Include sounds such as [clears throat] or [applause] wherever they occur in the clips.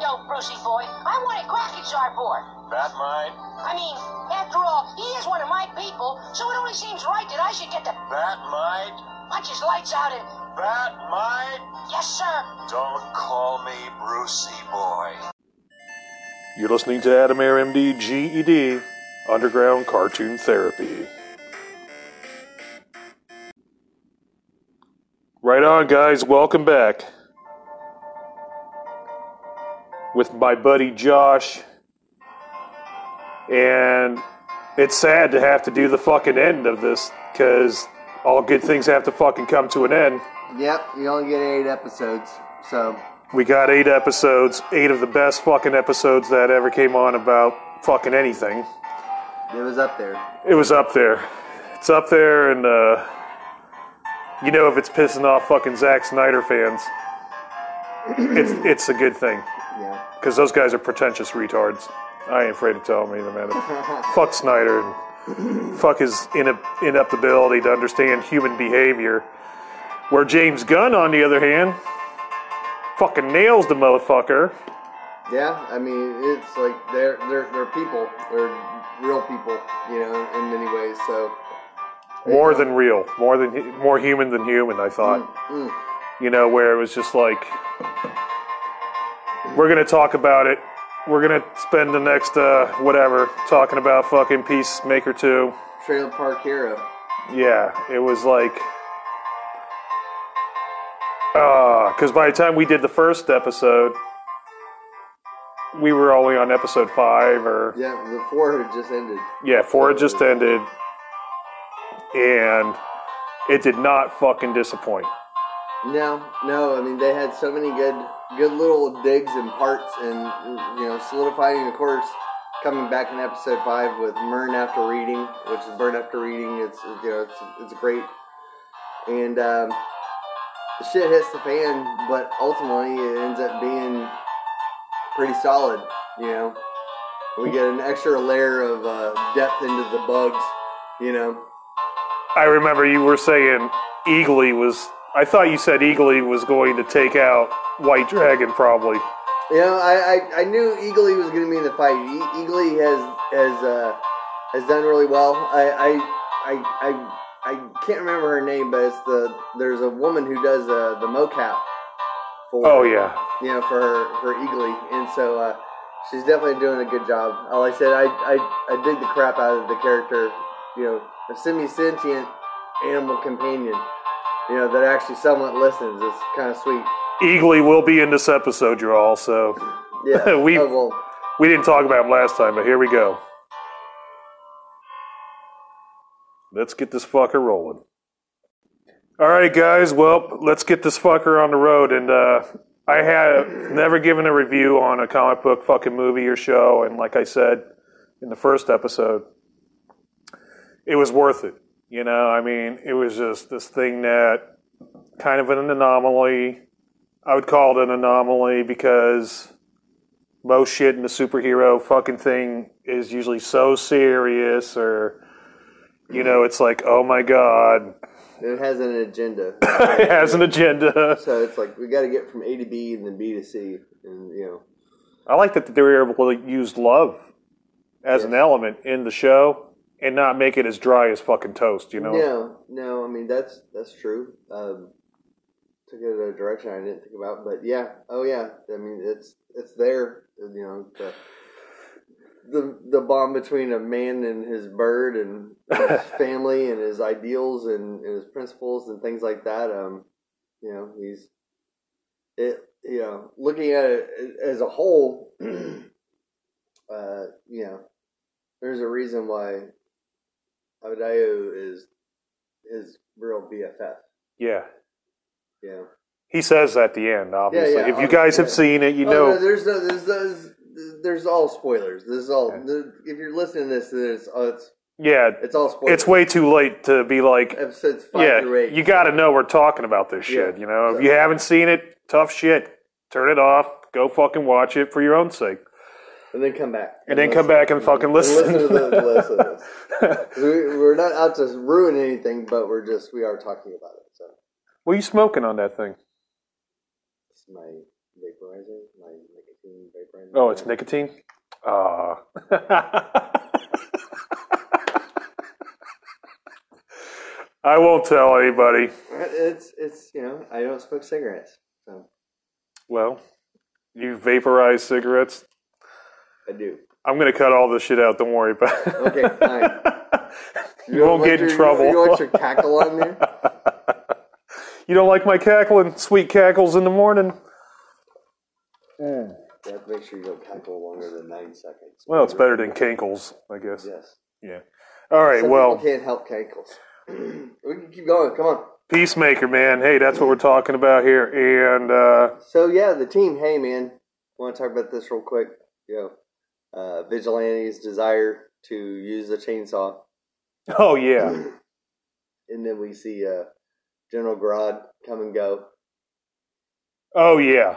yo, Brucey boy. I want a cracking board. That might, I mean, after all, he is one of my people, so it only seems right that I should get to that might, punch his lights out and. that might. Yes, sir. Don't call me Brucey Boy. You're listening to Adam Air MD GED E Underground Cartoon Therapy. Right on, guys. Welcome back. With my buddy Josh. And it's sad to have to do the fucking end of this because all good things have to fucking come to an end. Yep, you only get eight episodes. So, We got eight episodes, eight of the best fucking episodes that ever came on about fucking anything. it was up there. It was up there. It's up there, and uh, you know if it's pissing off fucking Zack Snyder fans, it's it's a good thing Yeah. because those guys are pretentious retards. I ain't afraid to tell them either, man. fuck Snyder and fuck his in- ineptability to understand human behavior. Where James Gunn, on the other hand, fucking nails the motherfucker. Yeah, I mean, it's like they're they're they're people. They're real people, you know, in many ways. So, more than real, more than more human than human. I thought, Mm, you know, where it was just like, we're gonna talk about it. We're gonna spend the next uh, whatever talking about fucking Peacemaker two. Trailer Park Hero. Yeah, it was like, because uh, by the time we did the first episode, we were only on episode five or Yeah, the four had just ended. yeah, four had just ended, and it did not fucking disappoint. No, no. I mean, they had so many good, good little digs and parts, and you know, solidifying the course. Coming back in episode five with Murn after reading, which is Burn after reading. It's you know, it's it's great, and um, the shit hits the fan. But ultimately, it ends up being pretty solid. You know, we get an extra layer of uh, depth into the bugs. You know, I remember you were saying Eagly was. I thought you said Eagly was going to take out White Dragon, probably. You know, I, I, I knew Eagly was going to be in the fight. E- Eagly has has uh, has done really well. I I, I I I can't remember her name, but it's the there's a woman who does uh, the mocap for Oh yeah, you know for her, for Eagly, and so uh, she's definitely doing a good job. All I said, I, I I dig the crap out of the character, you know, a semi-sentient animal companion, you know, that actually somewhat listens. It's kind of sweet. Eagly will be in this episode, you all. So [laughs] Yeah, We- oh, well, we didn't talk about him last time, but here we go. Let's get this fucker rolling. All right, guys. Well, let's get this fucker on the road. And uh, I have never given a review on a comic book fucking movie or show. And like I said in the first episode, it was worth it. You know, I mean, it was just this thing that kind of an anomaly. I would call it an anomaly because most shit in the superhero fucking thing is usually so serious or. You know, it's like, oh my god, [laughs] it has an agenda. it has an agenda. So it's like we got to get from A to B and then B to C, and you know, I like that they were able to use love as an element in the show and not make it as dry as fucking toast, you know? no, no, I mean that's that's true. Um, took it in a direction I didn't think about, but yeah, oh yeah, I mean it's it's there, you know, the the, the bond between a man and his bird and [laughs] his family and his ideals and, and his principles and things like that. Um, you know, he's it. You know, looking at it as a whole, [clears throat] uh, you know, there's a reason why Abadayu is his real BFF. Yeah. You know, He says at the end, obviously. yeah, if you guys have yeah. seen it, you Oh, know. no, there's no, there's, there's, there's all spoilers. This is all. there- If you're listening to this, there's, oh, it's yeah. it's all spoilers. It's way too late to be like, episodes five yeah, through eight. you got to know we're talking about this shit, Yeah. you know? If you haven't seen it, tough shit. Turn it off. Go fucking watch it for your own sake. [laughs] and then come back, And then come back and fucking listen to listen. the the [laughs] rest of this. 'Cause we, we're not out to ruin anything, but we're just we are talking about it. So what are you smoking on that thing? it's my vaporizer, my nicotine Oh, it's nicotine. Ah. [laughs] I won't tell anybody. It's it's you know I don't smoke cigarettes, so Well, you vaporize cigarettes. I [laughs] do. I'm gonna cut all this shit out. Don't worry about it. [laughs] Okay, fine. you won't want get in your- trouble. You want your cackle on [laughs] there? You don't like my cackling? Sweet cackles in the morning. You have to make sure you don't cackle longer than nine seconds. Well, it's better than cankles, I guess. Yes. Yeah. All right. Some well, people can't help cankles. [clears throat] we can keep going. Come on. Peacemaker, man. Hey, that's what we're talking about here. And uh, [laughs] So yeah, the team. Hey man, want to talk about this real quick? Yo, uh, vigilantes' desire to use the chainsaw, oh yeah, and then we see uh, General Grodd come and go, oh yeah.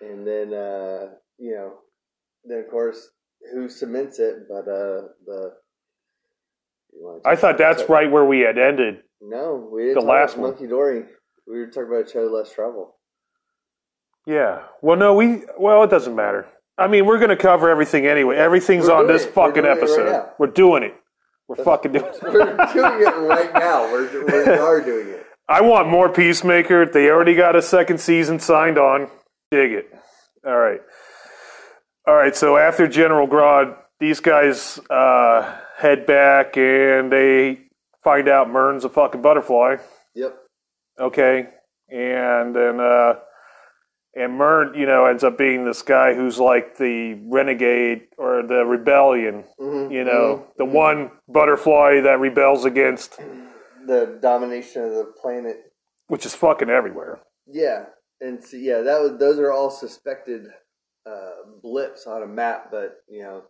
and then uh, you know, then of course who cements it? But uh, the you wanna I talk thought about that's Cho- right where we had ended. No, we didn't The talk about last one. Monkey Dory. We were talking about Cho Less Trouble. [laughs] Yeah. Well, no, we. Well, it doesn't matter. I mean, we're going to cover everything anyway. Everything's We're on doing this it. We're fucking doing it right episode. now. we're doing it. We're [laughs] fucking doing it. We're doing it right now. We're, we're we are doing it. I want more Peacemaker. They already got a second season signed on. Dig it. All right. All right. So after General Grodd, these guys uh, head back and they find out Mern's a fucking butterfly. Yep. Okay. And then, uh, and Mern, you know, ends up being this guy who's like the renegade or the rebellion, Mhm. you know, the one butterfly that rebels against, the domination of the planet. which is fucking everywhere. Yeah, and so yeah, that was those are all suspected uh, blips on a map, but you know,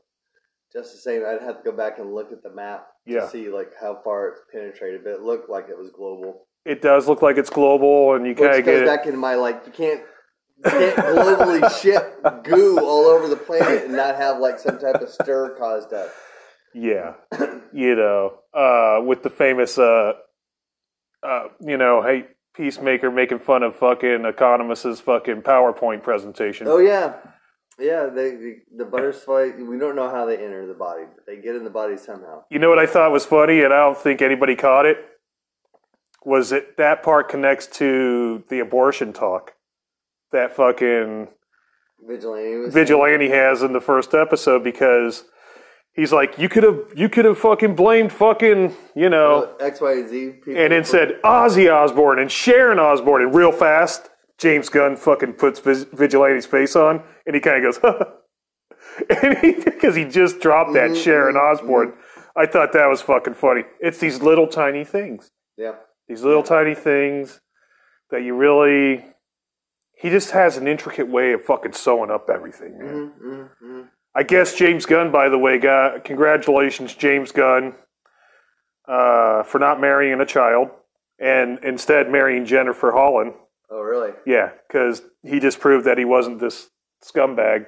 just the same, I'd have to go back and look at the map Yeah. to see like how far it's penetrated. But it looked like it was global. It does look like it's global, and you kind Which of get goes it. back into my like you can't. You can't [laughs] globally ship goo all over the planet and not have like some type of stir caused up. yeah, [coughs] you know, uh, with the famous, uh, uh, you know, hey, peacemaker making fun of fucking economists' fucking PowerPoint presentation. Oh yeah, yeah. They, the the butterfly. We don't know how they enter the body, but they get in the body somehow. You know what I thought was funny, and I don't think anybody caught it, was that that part connects to the abortion talk that fucking Vigilante was vigilante has in the first episode because he's like, you could have, you could have fucking blamed fucking, you know. Oh, X, Y, and Z people. and then said Ozzy Osbourne and Sharon Osbourne, and real fast, James Gunn fucking puts Vis- Vigilante's face on, and he kind of goes, [laughs] and because he, just dropped that Sharon Osbourne. I thought that was fucking funny. It's these little tiny things, yeah, these little tiny things that you really. He just has an intricate way of fucking sewing up everything, man. I guess James Gunn, by the way, got congratulations, James Gunn, uh, for not marrying a child and instead marrying Jennifer Holland. oh really? Yeah, because he just proved that he wasn't this scumbag.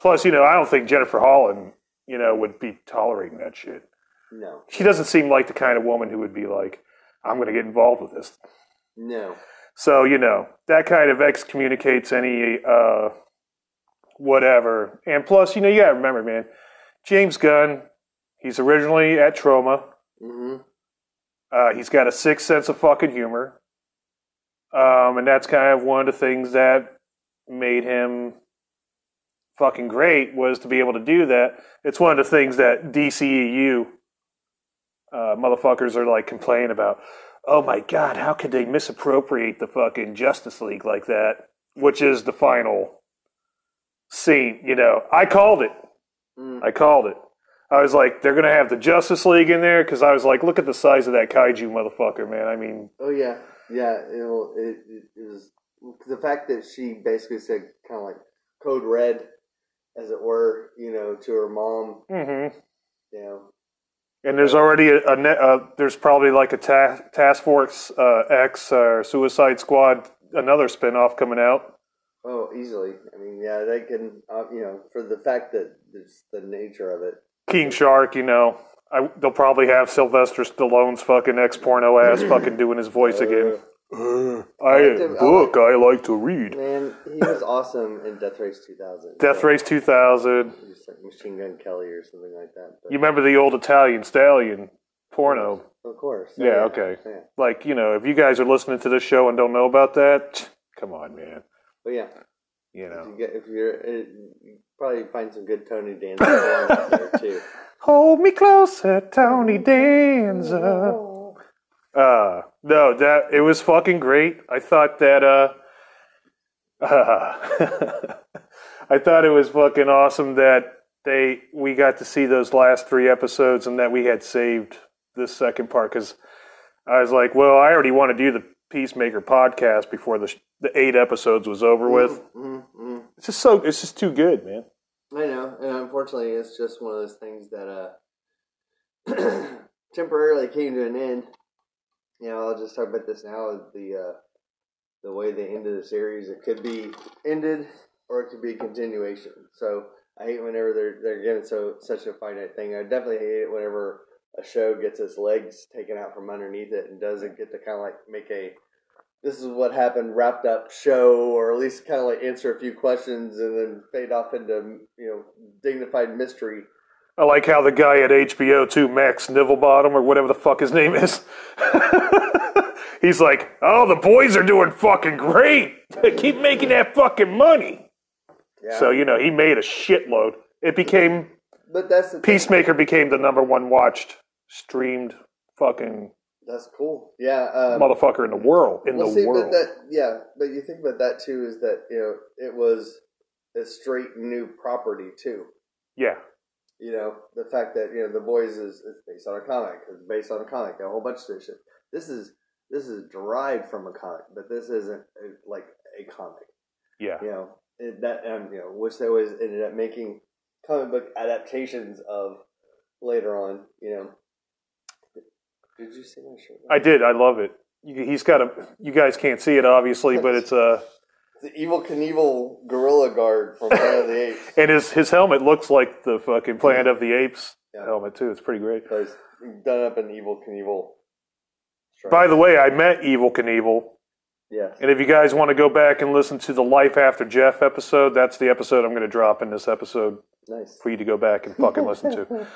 Plus, you know, I don't think Jennifer Holland, you know, would be tolerating that shit. No, She doesn't seem like the kind of woman who would be like, "I'm going to get involved with this." no. So you know that kind of excommunicates any uh, whatever. And plus, you know, you gotta remember, man, James Gunn. He's originally at Trauma. Mm-hmm. Uh, he's got a sick sense of fucking humor, um, and that's kind of one of the things that made him fucking great was to be able to do that. It's one of the things that DCEU uh, motherfuckers are like complaining about. Oh my god, how could they misappropriate the fucking Justice League like that? Which is the final scene, you know. I called it. Mm. I called it. I was like, they're gonna have the Justice League in there because I was like, look at the size of that kaiju motherfucker, man. I mean, Oh yeah, yeah. It, will- it, it, it was the fact that she basically said kind of like code red, as it were, you know, to her mom. hmm You know, And there's already a, a net, uh, there's probably like a ta- task force uh, X or Suicide Squad, another spinoff coming out. oh easily. I mean, yeah, they can. Uh, you know, for the fact that it's the nature of it. King Shark, you know, I, they'll probably have Sylvester Stallone's fucking ex porno ass fucking doing his voice again. I liked him- I book I like to read. Man, he [laughs] was awesome in Death Race 2000. Death Race 2000. He was like Machine Gun Kelly or something like that. But You remember the old Italian Stallion porno? Of course. Yeah, okay. Yeah. Like, you know, if you guys are listening to this show and don't know about that, come on, man. But yeah, You if, you know. get, if you're, it, you probably find some good Tony Danza songs out there too. Hold me closer, Tony Danza. Uh, no, that it was fucking great. I thought that uh, [laughs] I thought it was fucking awesome that they we got to see those last three episodes and that we had saved this second part because I was like, well, I already want to do the Peacemaker podcast before the sh- the eight episodes was over with. Mm-hmm. It's just so it's just too good, man. I know, and unfortunately, it's just one of those things that uh, [clears throat] temporarily came to an end. You know, I'll just talk about this now. Is the uh, the way they ended the series, it could be ended or it could be a continuation. So I hate whenever they're they're given so such a finite thing. I definitely hate it whenever a show gets its legs taken out from underneath it and doesn't get to kind of like make a this is what happened wrapped up show or at least kind of like answer a few questions and then fade off into you know dignified mystery I like how the guy at HBO too, Max Nivelbottom or whatever the fuck his name is. [laughs] He's like, "Oh, the boys are doing fucking great. Keep making that fucking money." yeah So you know, he made a shitload. It became but that's the thing. Peacemaker became the number one watched streamed fucking that's cool yeah um, motherfucker in the world in well, the see, world. but that yeah but you think about that too is that you know it was a straight new property too yeah, you know the fact that you know the boys is it's based on a comic it's based on a comic a whole bunch of this shit this is this is derived from a comic but this isn't uh, like a comic yeah, you know it, that um, you know which they always ended up making comic book adaptations of later on you know did you see my shirt I did. I love it. You- He's got a. You guys can't see it obviously, but it's a. the evil Knievel gorilla guard from Planet of the [laughs] Apes And his his helmet looks like the fucking Planet of the Apes Yeah. helmet too. It's pretty great. so he's done up in evil Knievel stripes. By the way, I met Evil Knievel. yes And if you guys want to go back and listen to the Life After Jeff episode, that's the episode I'm going to drop in this episode nice for you to go back and fucking listen to.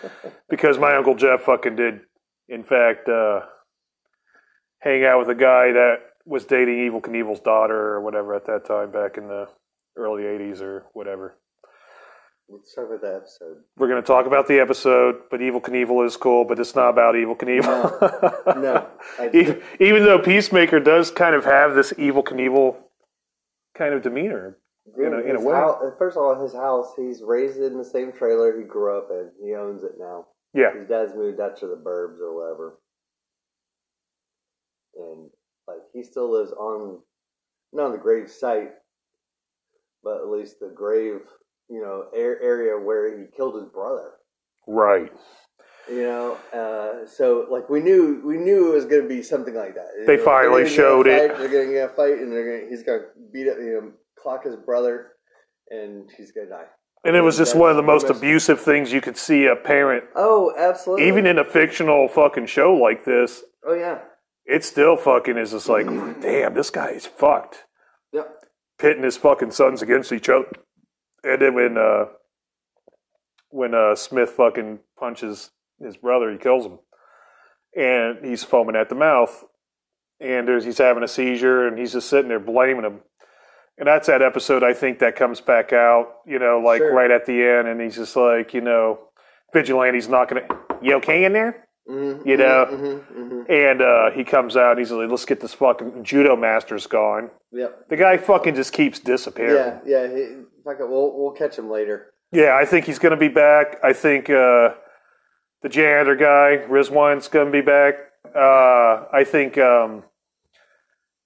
Because my Uncle Jeff fucking did, in fact, uh, hang out with a guy that was dating Evil Knievel's daughter or whatever at that time back in the early 80s or whatever. let's talk about that [laughs] episode We're going to talk about the episode, but Evil Knievel is cool, but it's not about Evil Knievel. [laughs] no I, even, even though Peacemaker does kind of have this evil Knievel kind of demeanor. in a- in a his way. hou- first of all his house he's raised in the same trailer he grew up in he owns it now Yeah, His dad's moved out to the burbs or whatever. And like he still lives on not on the grave site, but at least the grave, you know, air, area where he killed his brother. right. You know, uh, so like we knew we knew it was going to be something like that. They You know, finally they're gonna showed it. fight, They're going to get a fight, and they're gonna, he's going to beat up, you know, clock his brother, and he's going to die. And it was just That's one of the most pretty much- abusive things you could see a parent, Oh, absolutely. even in a fictional fucking show like this, oh yeah, it still fucking is just like, damn, this guy is fucked. yep. Pitting his fucking sons against each other. And then when, uh, when uh, Smith fucking punches his brother, he kills him. And he's foaming at the mouth. And there's, he's having a seizure and he's just sitting there blaming him. And that's that episode, I think, that comes back out, you know, like Sure. right at the end. And he's just like, you know, Vigilante's not going to, you okay in there? Mhm, You know. mhm, mhm, mhm. And uh, he comes out and he's like, let's get this fucking judo master's gone. Yep. The guy fucking just keeps disappearing. Yeah, yeah. He, fuck it, we'll we'll catch him later. Yeah, I think he's going to be back. I think uh, the janitor guy, Rizwan's going to be back. Uh, I think um,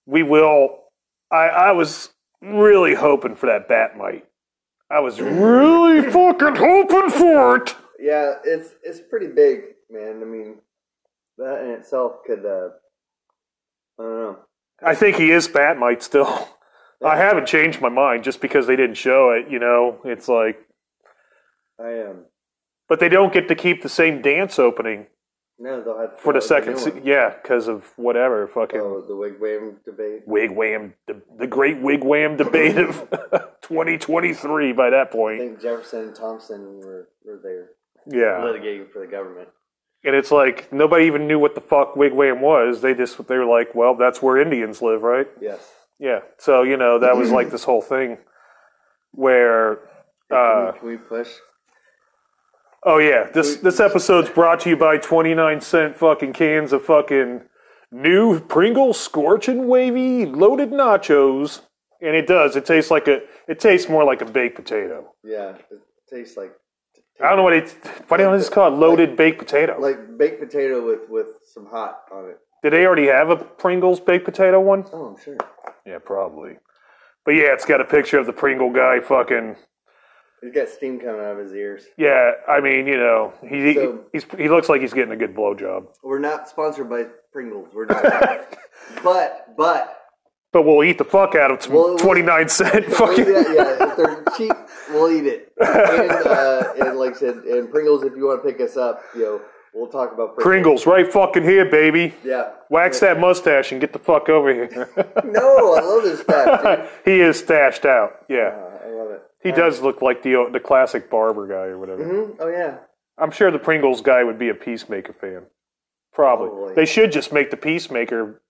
we will. I, I was really hoping for that bat mite. I was really fucking hoping for it. Yeah, it's it's pretty big, man. I mean, that in itself could. uh I don't know. I think he is bat mite still. I haven't changed my mind just because they didn't show it. You know, it's like, I am. Um, but they don't get to keep the same dance opening No, they'll have for the they'll have second new se- one. yeah because of whatever fucking Oh, the wigwam debate. wigwam the, the great wigwam debate of [laughs] 2023 by that I point think Jefferson and Thompson were, were there yeah litigating for the government. and it's like nobody even knew what the fuck wigwam was they just they were like well that's where indians live right Yes. yeah so you know that was like this whole thing where Hey, can, Uh, we, can we push? Oh yeah, this this episode's brought to you by twenty nine cent fucking cans of fucking new Pringle scorching wavy loaded nachos, and it does. It tastes like a. It tastes more like a baked potato. Yeah, it tastes like I don't know what it. Why don't they just call it loaded baked potato? like baked potato with with some hot on it. Did they already have a Pringles baked potato one? Oh, I'm sure. Yeah, probably. But yeah, it's got a picture of the Pringle guy fucking. He's got steam coming out of his ears. Yeah, I mean, you know, he So- he's he looks like he's getting a good blowjob. [laughs] We're not sponsored by Pringles. We're not. but but But we'll eat the fuck out of Well, it was- twenty nine [laughs] cent fucking. yeah, yeah, if they're cheap, we'll eat it. And, uh, and like I said, and Pringles, if you want to pick us up, you know, we'll talk about Pringles. Pringles, right fucking here, baby. Yeah. Wax that mustache and get the fuck over here. [laughs] No, I love this stuff. Dude. he is stashed out. Yeah, I love it. he does look like the the classic barber guy or whatever. Hmm? Oh yeah. I'm sure the Pringles guy would be a Peacemaker fan. Probably. Probably. They should just make the Peacemaker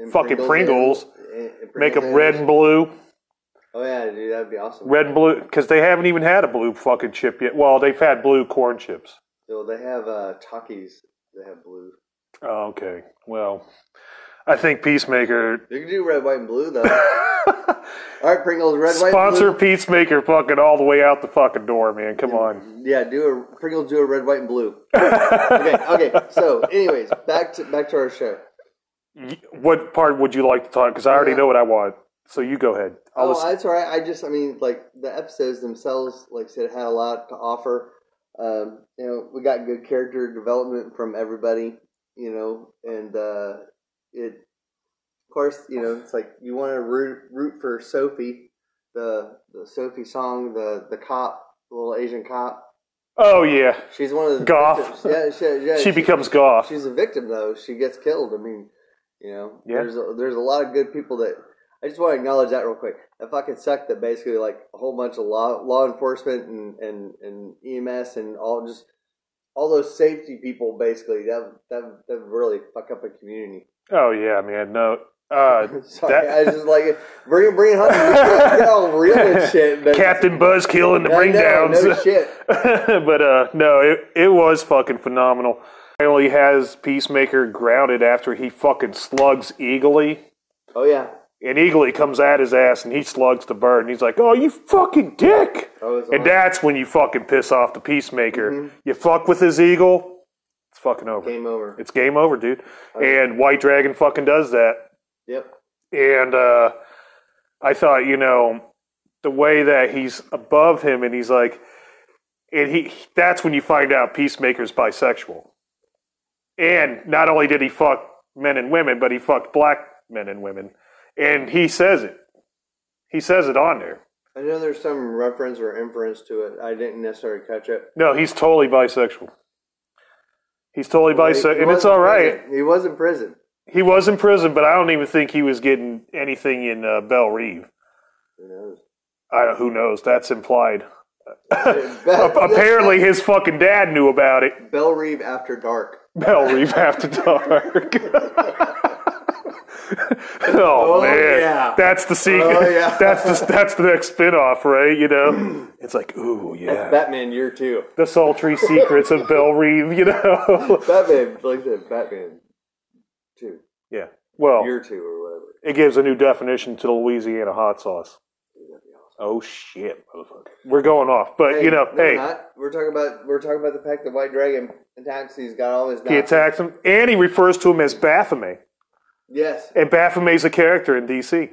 And Fucking and- and- and make Pringles him red and blue, Oh yeah, dude, that'd be awesome. red and blue, because they haven't even had a blue fucking chip yet. Well, they've had blue corn chips. So they have uh, Takis. They have blue. Oh, okay. Well, I think Peacemaker You can do red, white, and blue [laughs] though. All right, Pringles, red, white, and sponsor blue. Peacemaker fucking all the way out the fucking door, man. Come on. [laughs] Yeah, do a Pringles. Do a red, white, and blue. okay, okay. So, anyways, back to back to our show. What part would you like to talk? Because I already Yeah. know what I want. So you go ahead. I'll Oh, listen. that's all right. I just, I mean, like the episodes themselves, like I said, had a lot to offer. Um, you know, we got good character development from everybody. You know, and uh, it, of course, you know, it's like you want to root, root for Sophie, the the Sophie song, the the cop, the little Asian cop. oh yeah, She's one of the Goff. victims. Yeah, she, yeah, she becomes goth. she's a victim though. She gets killed. I mean, you know, Yeah. there's a, there's a lot of good people that I just want to acknowledge that real quick. It fucking sucked that basically like a whole bunch of law law enforcement and and and EMS and all just all those safety people basically that that that really fuck up a community. [laughs] Oh yeah, man. No, uh, Sorry, That- I was just like bring it, bring it home. Get all [laughs] real and shit. But Captain Buzzkill and the I know, bring downs. no shit. [laughs] but uh, no, it it was fucking phenomenal. Finally has Peacemaker grounded after he fucking slugs Eagly. Oh yeah. And Eagly comes at his ass and he slugs the bird and he's like, Oh, you fucking dick! Oh, it's And awesome. that's when you fucking piss off the peacemaker. Mm-hmm. You fuck with his eagle, it's fucking over. Game over. It's game over, dude. And White Dragon fucking does that. Yep. And uh, I thought, you know, the way that he's above him and he's like, and he that's when you find out Peacemaker's bisexual. And not only did he fuck men and women, but he fucked black men and women. And he says it. He says it on there. I know there's some reference or inference to it. I didn't necessarily catch it. No, he's totally bisexual. He's totally He- he bisexual, Oh, and it's was in all right. prison. He was in prison. He was in prison, but I don't even think he was getting anything in uh, Belle Reeve. Who knows? I, who knows? That's implied. Bell, [laughs] Apparently, his fucking dad knew about it. [laughs] Bell Reeve after dark. Belle Reeve after dark. [laughs] oh, man, yeah. that's the secret. Oh, yeah. [laughs] that's the that's the next spinoff, right? You know, it's like, ooh, yeah, Batman year two. the sultry secrets of Belle Reeve. You know, [laughs] Batman, like I said, Batman two, yeah. Well, year two or whatever. It gives a new definition to the Louisiana hot sauce. Oh shit, motherfucker. We're going off, but you know, no, we're hey, not. we're talking about we're talking about the fact that White Dragon attacks. He's got all his. he knives. attacks him, and he refers to him as Baphomet, Yes, and Baphomet's a character in DC.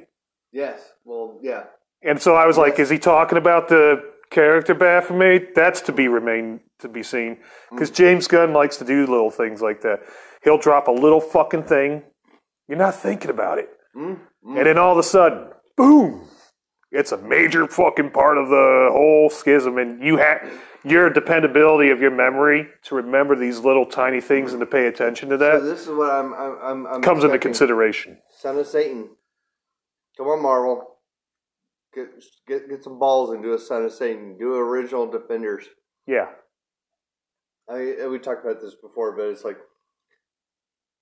yes. Well, yeah. And so I was like, is he talking about the character Baphomet? That's to be remain to be seen, Mm. because James Gunn likes to do little things like that. He'll drop a little fucking Mm, thing, you're not thinking about it, and then all of a sudden, boom, It's a major fucking part of the whole schism, and you have your dependability of your memory to remember these little tiny things and to pay attention to So that this is what I'm. I'm. I'm, I'm comes into expecting. consideration. Son of Satan. Come on, Marvel. Get get get some balls and do a Son of Satan. Do original Defenders. Yeah, I I- we talked about this before, but it's like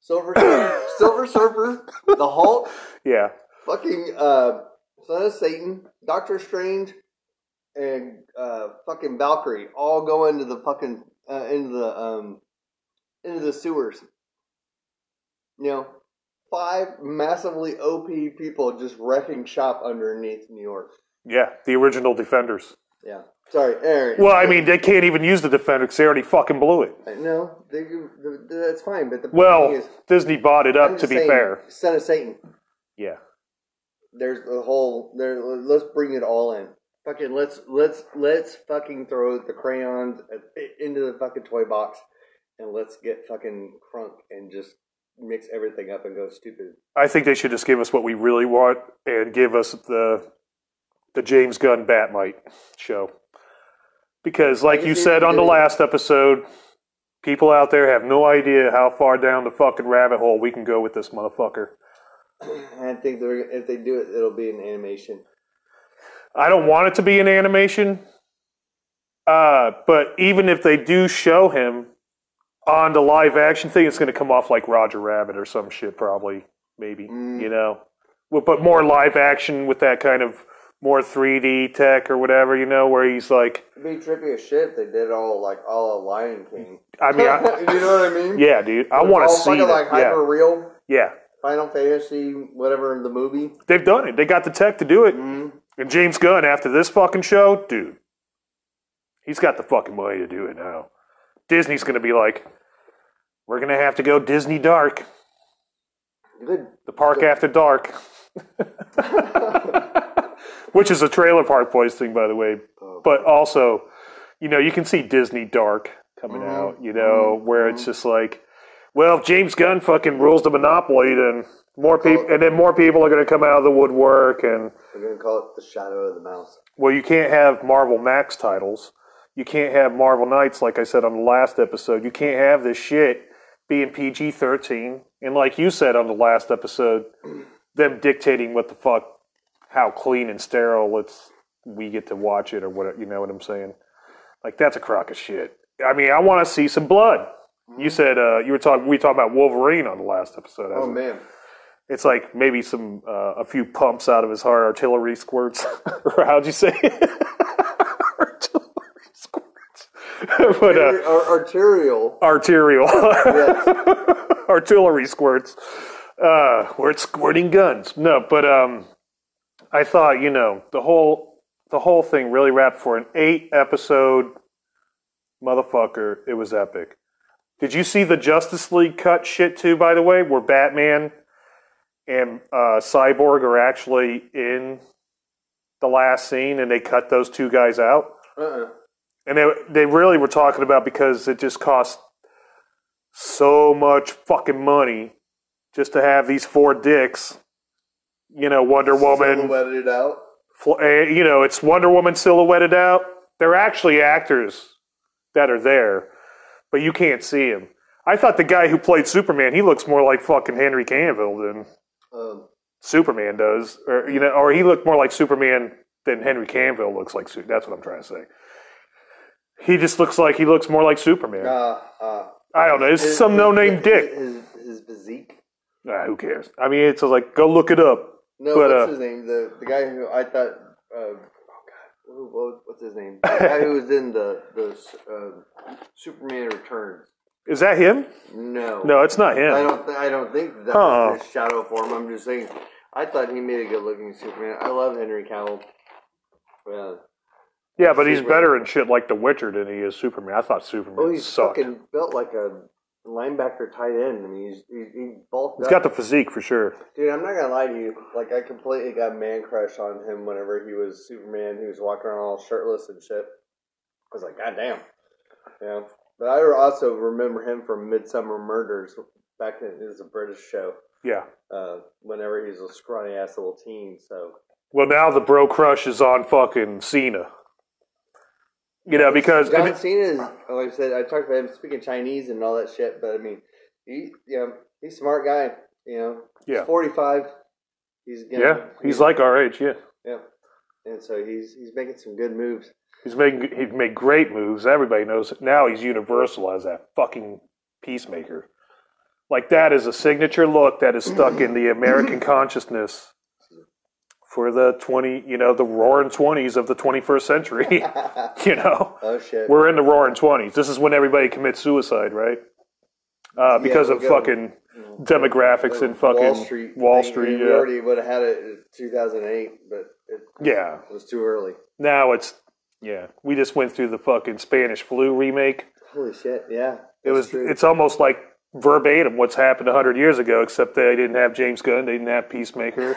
Silver Surfer, [coughs] Silver Surfer, the Hulk, yeah, fucking uh, Son of Satan, Doctor Strange, and uh, fucking Valkyrie all go into the fucking uh, into the um into the sewers. You know, five massively OP people just wrecking shop underneath New York. yeah. The original Defenders. Yeah, sorry, Aaron. Well, I mean, they can't even use the Defender because they already fucking blew it. No, they, that's fine, but the Well, thing is, Disney bought it I'm up, to just be saying, fair. Son of Satan. Yeah. There's the whole. There, let's bring it all in. Fucking let's let's let's fucking throw the crayons at- into the fucking toy box, and let's get fucking crunk and just mix everything up and go stupid. I think they should just give us what we really want and give us the the James Gunn Batmite show. Because like you Because said on the they- last episode, people out there have no idea how far down the fucking rabbit hole we can go with this motherfucker. And I think they're, if they do it, it'll be an animation. I don't want it to be an animation. Uh, but even if they do show him on the live action thing, it's going to come off like Roger Rabbit or some shit, probably, maybe, Mm. you know. Well, But more live action with that kind of more 3D tech or whatever, you know, where he's like, It'd be trippy as shit if they did all like all a Lion [laughs] King. I mean, I, [laughs] you know what I mean? yeah, dude, I want to all see fucking that. like hyper yeah, real yeah, Final Fantasy, whatever the movie. they've done it. They got the tech to do it. And James Gunn, after this fucking show, dude, he's got the fucking money to do it now. Disney's going to be like, we're going to have to go Disney Dark, Good. the park after dark. [laughs] Which is a trailer park boys thing, by the way. But also, you know, you can see Disney Dark coming out, you know, where it's just like, well, if James Gunn fucking rules the monopoly, then more people, and then more people are going to come out of the woodwork and. We're gonna call it the Shadow of the Mouse. Well, you can't have Marvel Max titles. You can't have Marvel Knights, like I said on the last episode. You can't have this shit being PG 13. And like you said on the last episode, them dictating what the fuck, how clean and sterile it's, we get to watch it or what, you know what I'm saying? Like, that's a crock of shit. I mean, I want to see some blood. You said uh, you were talking. We talked about Wolverine on the last episode. Oh hasn't it? man, It's like maybe some uh, a few pumps out of his heart, artillery squirts, [laughs] or how'd you say it? [laughs] artillery squirts, [laughs] but uh, Ar- ar- arterial. arterial [laughs] Yes. artillery squirts, uh, where it's squirting guns. No, but um, I thought you know the whole the whole thing really wrapped for an eight episode motherfucker. It was epic. Did you see the Justice League cut shit too? By the way, where Batman and uh, Cyborg are actually in the last scene, and they cut those two guys out Uh-uh. and they they really were talking about because it just cost so much fucking money just to have these four dicks, you know, Wonder Woman, Silhouetted it out. fl- eh, you know, it's Wonder Woman silhouetted out. They're actually actors that are there, but you can't see him. I thought the guy who played Superman, he looks more like fucking Henry Cavill than Um, Superman does, or you know, or he looked more like Superman than Henry Cavill looks like. Su- That's what I'm trying to say. He just looks like he looks more like Superman. uh, uh, I don't know. It's his- some his- no-name his- dick. His, his physique. Ah, who cares? I mean, it's like go look it up. No, But, what's uh, his name? The the guy who I thought. Uh, oh god, who, what, what's his name? The guy who was in the the uh, Superman Returns. Is that him? No, No, it's not I him. don't. Th- I don't think that Huh. was his shadow form. I'm just saying. I thought he made a good looking Superman. I love Henry Cavill. Yeah. Yeah, but he's Superman. better in shit like The Witcher than he is Superman. I thought Superman Oh, he's sucked. fucking built like a linebacker tight end. I mean, he's he, he bulked he's up. got the physique for sure. Dude, I'm not gonna lie to you. Like, I completely got man crushed on him whenever he was Superman. He was walking around all shirtless and shit. I was like, God damn. Yeah. But I also remember him from Midsummer Murders back in it was a British show. Yeah. Uh, whenever he was a scrawny ass little teen, so Well, now the bro crush is on fucking Cena. You know, because I John mean, Cena is, like I said, I talked about him speaking Chinese and all that shit, but I mean, he, you know, he's a smart guy. You know, Yeah. he's 45. He's gonna, yeah, he's like our age. Yeah, yeah, and so he's he's making some good moves. he's making he's made great moves. Everybody knows it. now he's universal as that fucking peacemaker. Like that is a signature look that is stuck in the [clears throat] American consciousness for the twenty, you know, the roaring twenties of the twenty first [laughs] century. [laughs] you know, Oh shit! we're in the roaring twenties. This is when everybody commits suicide, right? Uh, because we of go- fucking demographics and fucking Wall Street. Wall thing, Street, We yeah. already would have had it in 2008, but it yeah. was too early. Now it's yeah. We just went through the fucking Spanish flu remake. Holy shit! Yeah, It was. that's true. It's almost like verbatim what's happened hundred years ago, except they didn't have James Gunn, they didn't have [laughs] Peacemaker,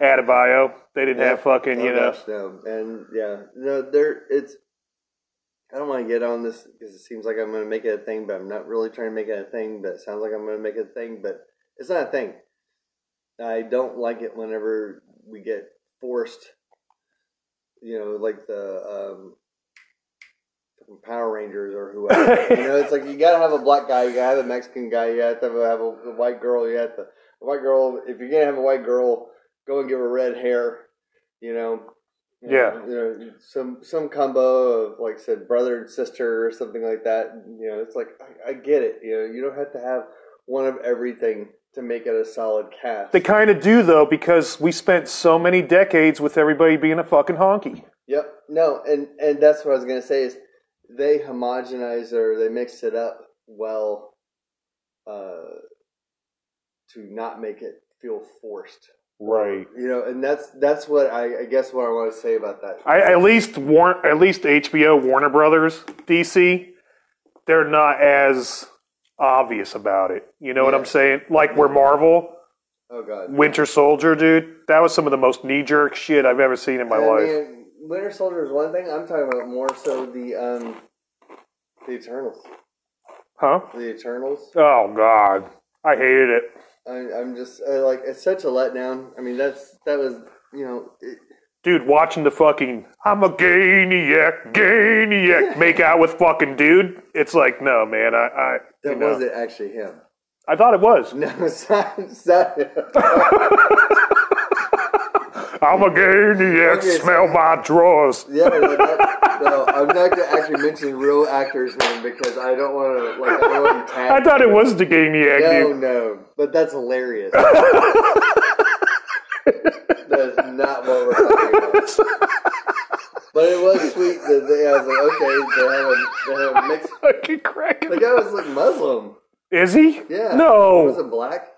Adebayo, they didn't have fucking Oh, you know. gosh, no. And yeah, no, there. It's. I don't want to get on this because it seems like I'm going to make it a thing, but I'm not really trying to make it a thing. But it sounds like I'm going to make it a thing, but it's not a thing. I don't like it whenever we get forced. You know, like the um, fucking Power Rangers or whoever. you know, it's like you got to have a black guy, you got to have a Mexican guy, you got to have a, a white girl, you got to a white girl. If you're gonna have a white girl, go and give her red hair. You know. Yeah. You know, some some combo of like I said brother and sister or something like that. You know, it's like I, I get it. You know, you don't have to have one of everything to make it a solid [laughs] cast. They kind of do though because we spent so many decades with everybody being a fucking honky. Yep. No, and and that's what I was gonna say is they homogenize or they mix it up well uh, to not make it feel forced. Right. You know, and that's that's what I, I guess what I want to say about that. I at least Warner, at least HBO, Warner Brothers, DC, they're not as obvious about it. You know what I'm saying? Like where Marvel, Oh God. Winter Soldier, dude, that was some of the most knee jerk shit I've ever seen in my I life. mean, Winter Soldier is one thing. I'm talking about more so the um, the Eternals. Huh? The Eternals. Oh God, I hated it. I, I'm just uh, like it's such a letdown. I mean, that's that was you know it, Dude, watching the fucking I'm a gainiac, gainiac make out with fucking dude. It's like, no, man, I, I that you know. wasn't actually him. [laughs] I thought it was. No, it's not. It's not him. I'm a gainiac, Okay, so- smell my drawers. Yeah, like that, no, I'm not gonna actually mention real actors' name because I don't want to like I don't want to [laughs] tag. I thought it was the Gainiac No, dude. [laughs] no, but that's hilarious. that's not what we're talking about. But it was sweet that they, I was like, okay, they have a, they have a mixed. Fucking cracking. The guy was like Muslim. Is he? Yeah. Was No. it black?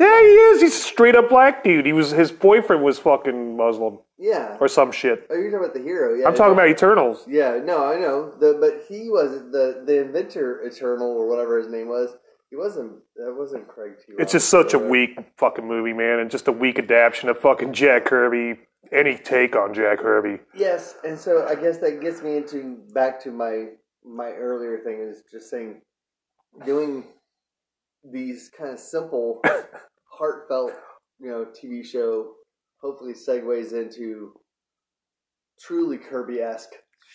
Yeah, he is. He's a straight up black dude. He was his boyfriend was fucking Muslim Yeah. or some shit. Oh, you're talking about the hero. Yeah. I'm talking about Eternals. Yeah, no, I know. The but he was the the inventor eternal or whatever his name was. He wasn't. That wasn't Craig T. It's just such a Robinson. weak fucking movie, man, and just a weak adaptation of fucking Jack Kirby. Any take on Jack Kirby? Yes, and so I guess that gets me into back to my my earlier thing is just saying doing these kind [coughs] of simple, heartfelt, you know, TV show hopefully segues into truly Kirby esque.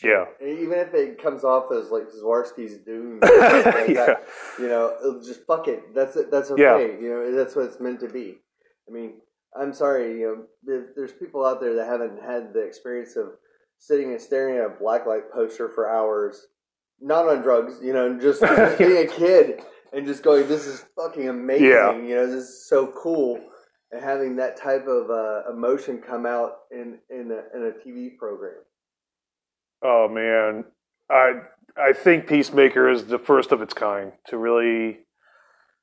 Yeah. Even if it comes off as like Zwarski's [laughs] Dune, or something like Yeah. that, you know, it'll just fuck it. That's it. That's okay. Yeah. You know, that's what it's meant to be. I mean, I'm sorry. You know, if there's people out there that haven't had the experience of sitting and staring at a blacklight poster for hours, not on drugs. You know, and just, [laughs] just being a kid and just going, "This is fucking amazing." Yeah. You know, this is so cool. And having that type of uh, emotion come out in in a, in a TV program. Oh man, I I think Peacemaker is the first of its kind to really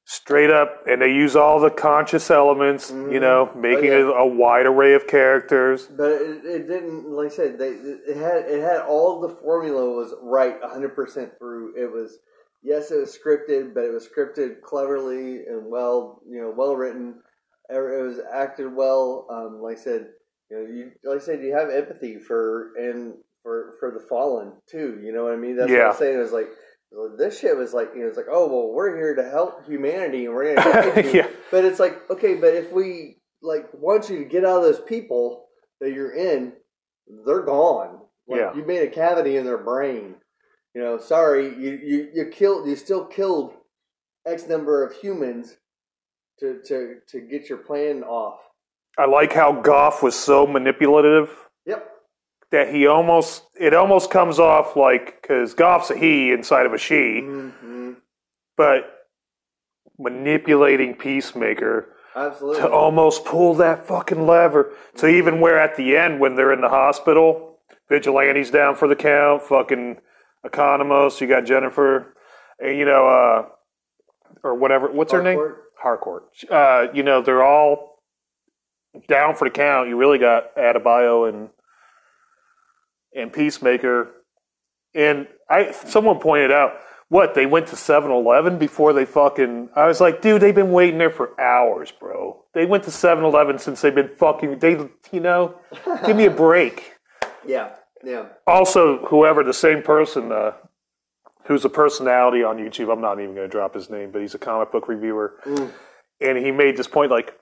straight up, and they use all the conscious elements, you know, making yeah. it a wide array of [laughs] characters. [laughs] But it, it didn't, like I said, they, it had it had all the formula was right, hundred percent through. It was yes, it was scripted, but it was scripted cleverly and well, you know, well written. It was acted well. Um, like I said, you know, you like I said, you have empathy for and for for the fallen too. You know what I mean? That's what Yeah. I'm saying. It was like this shit was like you know, it's like oh well, we're here to help humanity and [laughs] we're gonna guide you. Yeah. But it's like okay, but if we like want you to get out of those people that you're in, they're gone. Like, Yeah. You made a cavity in their brain. You know, sorry, you, you, you killed, you still killed X number of humans to, to, to get your plan off. I like how Goff was so manipulative Yep. that he almost it almost comes off like because Goff's a he inside of a she, hmm but manipulating Peacemaker Absolutely. to almost pull that fucking lever to even where at the end when they're in the hospital, Vigilante's down for the count, fucking Economos, you got Jennifer, and you know, uh, or whatever. What's her name? Harcourt. Uh, you know, they're all down for the count. You really got Adebayo and and Peacemaker. And I someone pointed out what they went to 7-Eleven before they fucking I was like, dude, they've been waiting there for hours, bro. They went to 7-Eleven since they've been fucking they you know, give me a break. Yeah. Yeah. Also, whoever the same person uh, who's a personality on YouTube, I'm not even going to drop his name, but he's a comic book reviewer, and he made this point like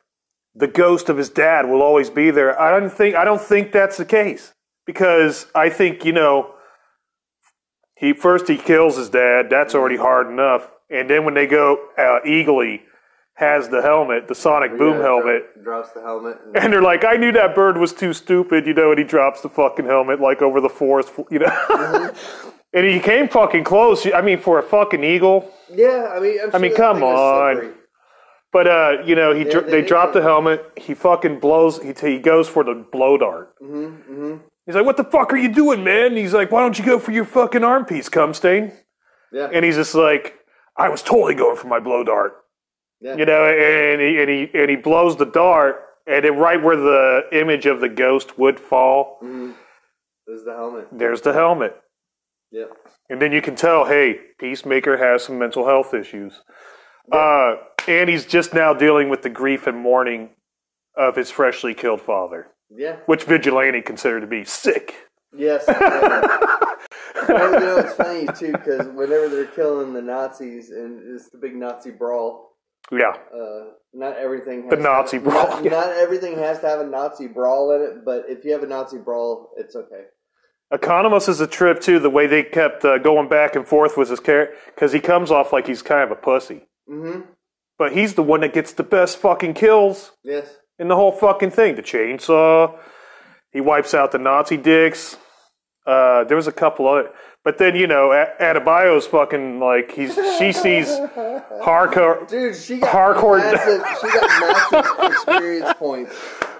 the ghost of his dad will always be there. I don't think I don't think that's the case because I think you know he first he kills his dad. That's already hard enough, and then when they go uh, eagerly has the helmet, the sonic boom Oh, Yeah, dro- helmet. Drops the helmet. and- And they're like, I knew that bird was too stupid, you know, and he drops the fucking helmet like over the forest, fl- you know. [laughs] and he came fucking close. I mean, for a fucking eagle. [laughs] yeah, I mean, I'm sure mean, that come thing is on. slippery. But, uh, you know, he dr- they they, did drop the that. helmet. He fucking blows. He, t- he goes for the blow dart. Mm-hmm, He's like, what the fuck are you doing, man? And he's like, why don't you go for your fucking arm piece, Cumstain? Yeah. And he's just like, I was totally going for my blow dart. Yeah. You know, and he, and he and he blows the dart, and then right where the image of the ghost would fall, This is the helmet. there's the helmet. Yeah. And then you can tell, hey, Peacemaker has some mental health issues. Uh, and he's just now dealing with the grief and mourning of his freshly killed father, Yeah. which Vigilante considered to be sick. Yes. well, you know, it's funny too because whenever they're killing the Nazis and it's the big Nazi brawl, Yeah. uh, not everything has The to [laughs] Nazi have, brawl, Not, yeah. not everything has to have a Nazi brawl in it, but if you have a Nazi brawl, it's okay. Economos is a trip, too. The way they kept uh, going back and forth with his character, because he comes off like he's kind of a pussy. Mm-hmm. But he's the one that gets the best fucking kills Yes. in the whole fucking thing. The chainsaw. He wipes out the Nazi dicks. Uh, there was a couple other, but then you know, A- Adebayo's fucking like he's she sees hardcore. Dude, she got Hardcore- massive. [laughs] She got massive experience points.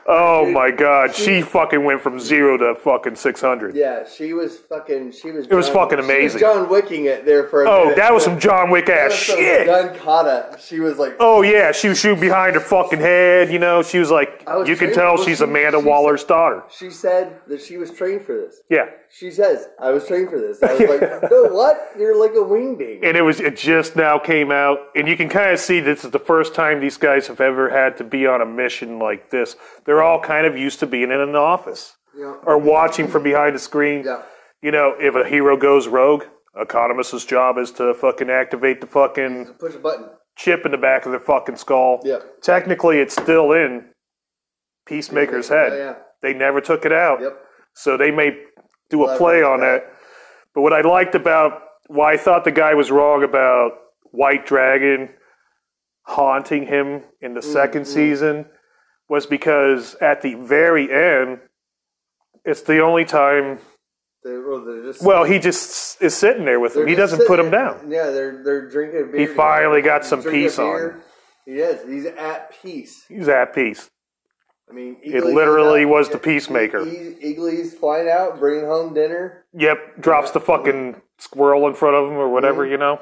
Oh my god, she fucking went from zero to fucking six hundred. Yeah, she was fucking. She was. was fucking she was amazing. John Wicking it there for. A Oh, minute. that was some John Wick That ass was some shit. Gun kata. She was like. Oh yeah, she was shooting behind her fucking head. You know, she was like, I was you can trained- tell well, she's she- Amanda she's- Waller's daughter. She said that she was trained for this. Yeah, She says, I was trained for this. I [laughs] was like, no, what? You're like a wing being. and it was it just now came out and you can kind of see this is the first time these guys have ever had to be on a mission like this they're all kind of used to being in an office Yeah. or watching from behind the screen Yeah. you know if a hero goes rogue economist's job is to fucking activate the fucking Push a button. chip in the back of their fucking skull Yeah. technically it's still in peacemaker's head Yeah, yeah. they never took it out Yep. so they may do a Clever play on guy. that. But what I liked about why I thought the guy was wrong about White Dragon haunting him in the 2nd Mm-hmm. season was because at the very end, it's the only time. They, well, they're just, Well, he just is sitting there with they're him. He just doesn't put sitting him there. down. Yeah, they're, they're drinking beer. He finally got some Drinking peace on. beer. him. He is. He's at peace. He's at peace. I mean, It literally was the the peacemaker. Eagly's flying out, bringing home dinner. Yep, drops the fucking squirrel in front of him or whatever, Mm-hmm. you know.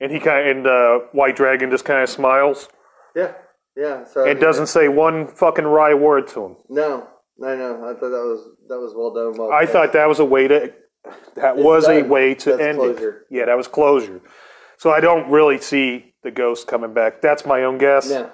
And he kind and uh, White Dragon just kind of smiles. Yeah. Yeah. So I It mean, doesn't say one fucking wry word to him. No. No, no. I thought that was that was well done. Well I played. thought that was a way to. That was a done. way to That's end closure. it. Yeah, that was closure. So I don't really see the ghost coming back. That's my own guess. No.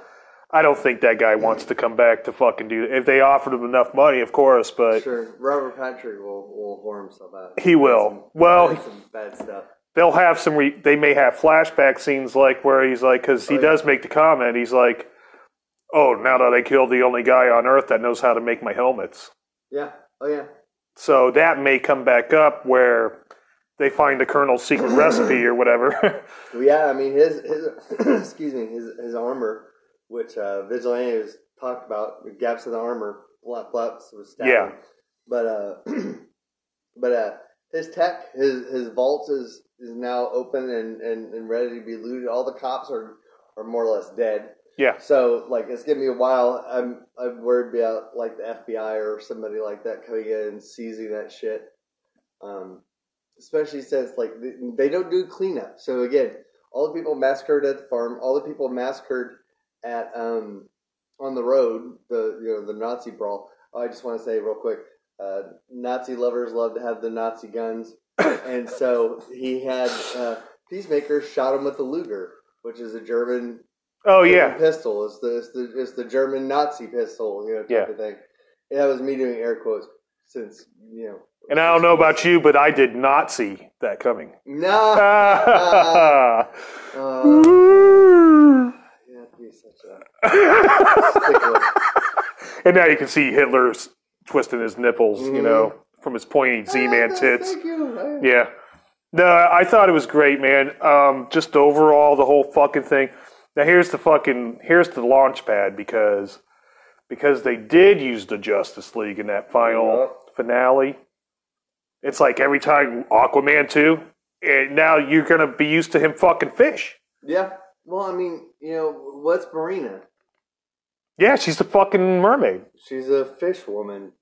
I don't think that guy wants to come back to fucking do. If they offered him enough money, of course, but Sure. Robert Patrick will, will whore himself out. he will. Well, That's some bad stuff. they'll have some. Re- they may have flashback scenes like where he's like, because Oh, he does make the comment. He's like, "Oh, now that I killed the only guy on Earth that knows how to make my helmets." Yeah. Oh yeah. So that may come back up where they find the Colonel's secret recipe or whatever. [laughs] Well, yeah. I mean his his [clears throat] excuse me his his armor, which uh, Vigilante was talked about the gaps in the armor, flap flaps was stabbing. Yeah. But uh, [clears throat] but uh, his tech his his vault is is now open and, and, and ready to be looted. All the cops are are more or less dead. yeah. So like it's gonna be a while. I'm I'm worried about like the FBI or somebody like that coming in and seizing that shit. Um, especially since like they, they don't do cleanup. So again, all the people massacred at the farm, all the people massacred at um on the road, the you know the Nazi brawl. Oh, I just want to say real quick, uh, Nazi lovers love to have the Nazi guns, and so he had uh, Peacemaker shot him with a Luger, which is a German Oh, yeah. pistol. It's the, it's the it's the German Nazi pistol, you know, type Yeah. of thing. And that was me doing air quotes since you know. And I don't know about you, but I did not see that coming. [laughs] No, uh, you have to be such a stickler. and now you can see Hitler's twisting his nipples, you know, from his pointy [laughs] Z-man tits. Thank you. I- Yeah. No, I thought it was great, man. Um, just overall, the whole fucking thing. Now here's the fucking here's the launch pad because because they did use the Justice League in that final finale. It's like every time Aquaman two, and now you're gonna be used to him fucking fish. Yeah. Well, I mean, you know, what's Marina? Yeah, she's the fucking mermaid. She's a fish woman.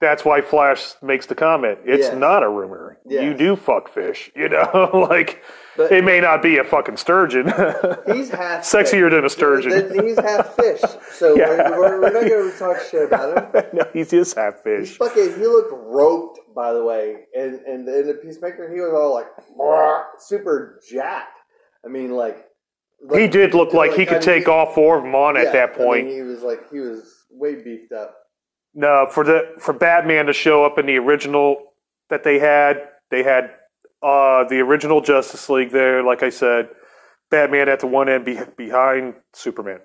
That's why Flash makes the comment. It's Yes. not a rumor. Yes. You do fuck fish. You know, [laughs] like But- it may not be a fucking sturgeon. [laughs] He's half sexier than a sturgeon. Then he's half fish, [laughs] so Yeah. we're, we're, we're not going to talk shit about him. no, he's just half fish. Fucking, he looked roped, by the way. And and in the Peacemaker, he was all like "Brr," super jacked. I mean, like, He did look like he like, could I mean, take all four of them on yeah, at that I point. mean, he was like, he was way beefed up. no, for the for Batman to show up in the original that they had, they had uh, the original Justice League there. Like I said, Batman at the one end be, behind Superman,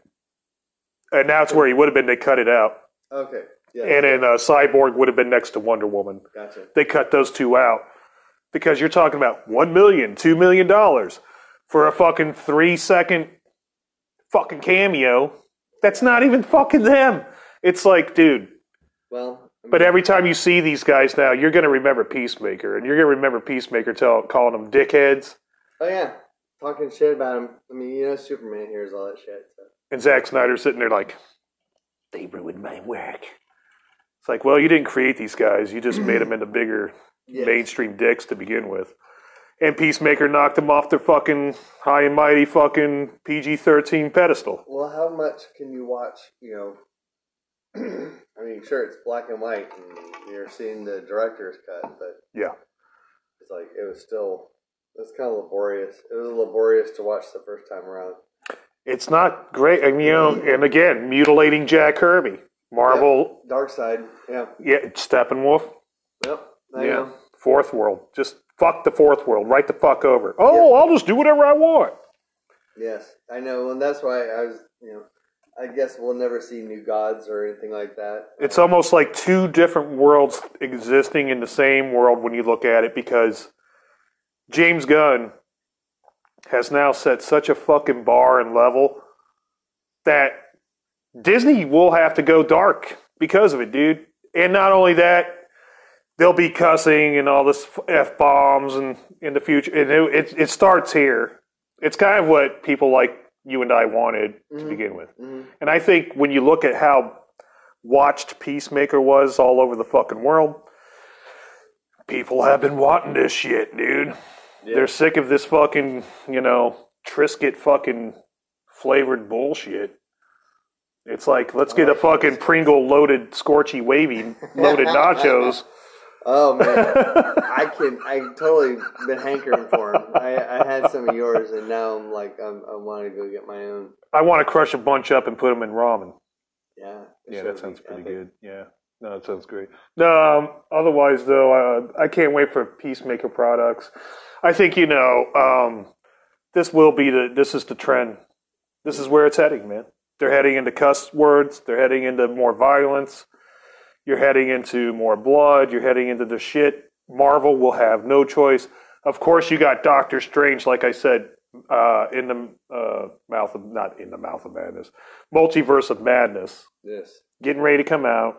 and that's where he would have been. They cut it out. Okay, yeah, and then uh, Cyborg would have been next to Wonder Woman. gotcha. They cut those two out because you're talking about one million, two million dollars for a fucking three second fucking cameo. That's not even fucking them. It's like, dude. Well, I mean, But every time you see these guys now, you're gonna remember Peacemaker, and you're gonna remember Peacemaker tell, calling them dickheads, oh yeah, talking shit about him. I mean, you know, Superman hears all that shit. So. and Zack Snyder sitting there like, they ruined my work. It's like, well, you didn't create these guys; you just made them into bigger [clears throat] Yes. mainstream dicks to begin with. And Peacemaker knocked them off their fucking high and mighty fucking PG 13 pedestal. Well, how much can you watch? You know, [clears throat] I mean, sure, it's black and white, and you're seeing the director's cut, but Yeah. it's like it was still it's kind of laborious. It was laborious to watch the first time around. It's not great. And, you know, and again, mutilating Jack Kirby. Marvel, Dark Side, yeah, yeah, Steppenwolf. yep, I Yeah. know. Fourth world. Just fuck the fourth world. Right the fuck over. Oh, I'll just do whatever I want. yes, I know, and that's why I was, you know, I guess we'll never see New Gods or anything like that. It's almost like two different worlds existing in the same world when you look at it because James Gunn has now set such a fucking bar and level that Disney will have to go dark because of it, dude. And not only that, they'll be cussing and all this f bombs and in the future. And it, it, it starts here. It's kind of what people like you and I wanted to begin with. And I think when you look at how watched Peacemaker was all over the fucking world, people have been wanting this shit, dude. They're sick of this fucking, you know, Trisket fucking flavored bullshit. It's like let's get a fucking Pringle loaded, scorchy, wavy loaded nachos. [laughs] Oh man, I can, I totally been hankering for them. I, I had some of yours, and now I'm like, I'm, I want to go get my own. I want to crush a bunch up and put them in ramen. Yeah, it Yeah, should be that sounds pretty epic. good. Yeah, no, that sounds great. No, um, otherwise though, uh, I can't wait for Peacemaker products. I think you know um, this will be the this is the trend. This is where it's heading, man. They're heading into cuss words. They're heading into more violence. You're heading into more blood. You're heading into the shit. Marvel will have no choice. Of course, you got Doctor Strange, like I said, uh, in the uh, mouth of not in the mouth of madness, multiverse of madness, Yes. getting ready to come out,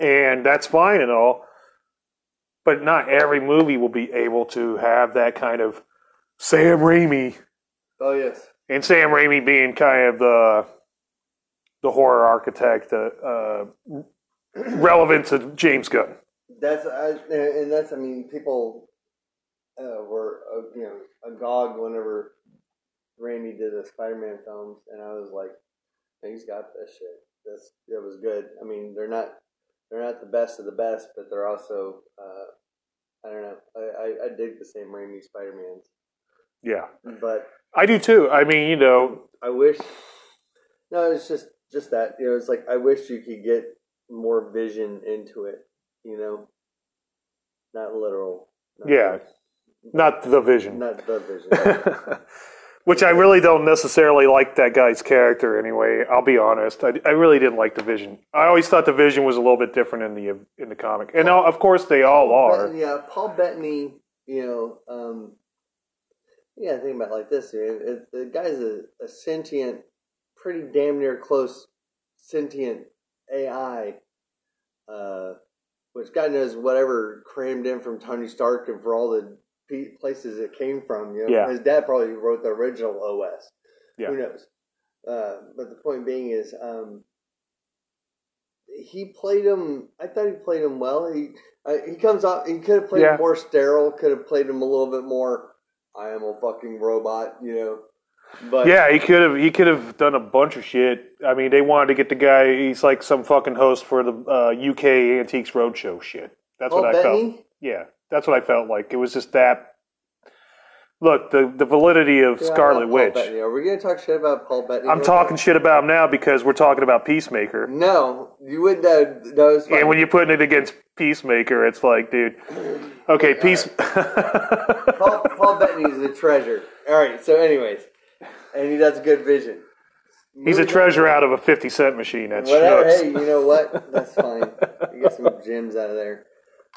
and that's fine and all, but not every movie will be able to have that kind of Sam Raimi Oh yes. and Sam Raimi being kind of the the horror architect, uh, uh, [clears throat] relevant to James Gunn. That's I, and that's I mean people uh, were uh, you know agog whenever Randy did the Spider-Man films, and I was like, he's got this shit. That's that was good. I mean they're not they're not the best of the best, but they're also uh, I don't know. I, I, I dig the same Raimi Spider-Mans, Yeah, but I do too. I mean, you know, I wish. No, it's just just that you know. It's like I wish you could get more vision into it. You know, not literal. Not Yeah. not the Vision. not [laughs] the vision. Which I really don't necessarily like that guy's character anyway. I'll be honest. I, I really didn't like the Vision. I always thought the Vision was a little bit different in the in the comic, and now, of course they all But, are. yeah, Paul Bettany. You know, um, yeah. Think about it like this: man. It- the guy's a, a sentient, pretty damn near close sentient AI, uh, which God knows whatever crammed in from Tony Stark and for all the pe- places it came from. You know, Yeah. his dad probably wrote the original OS. Yeah. Who knows? Uh, but the point being is, um, he played him. I thought he played him well. He uh, he comes off. He could have played Yeah. him more sterile. Could have played him a little bit more. I am a fucking robot, you know. But Yeah, he could have he could have done a bunch of shit. I mean, they wanted to get the guy. He's like some fucking host for the uh, UK Antiques Roadshow shit. That's Paul what I felt. Bettany, Yeah, that's what I felt like. It was just that. Look, the the validity of Yeah, I Scarlet love Paul Witch. Bettany. Are we gonna talk shit about Paul Bettany? I'm real talking quick? shit about him now because we're talking about Peacemaker. No, you wouldn't. Uh, no, it's fine. And when you're putting it against Peacemaker, it's like, dude, okay, peace. [laughs] Paul, Paul Bettany is a treasure. All right. So, anyways, and he does good vision. He's a Moving treasure out of a 50 cent machine. That Whatever. shucks. Hey, you know what? That's fine. You get some gems out of there.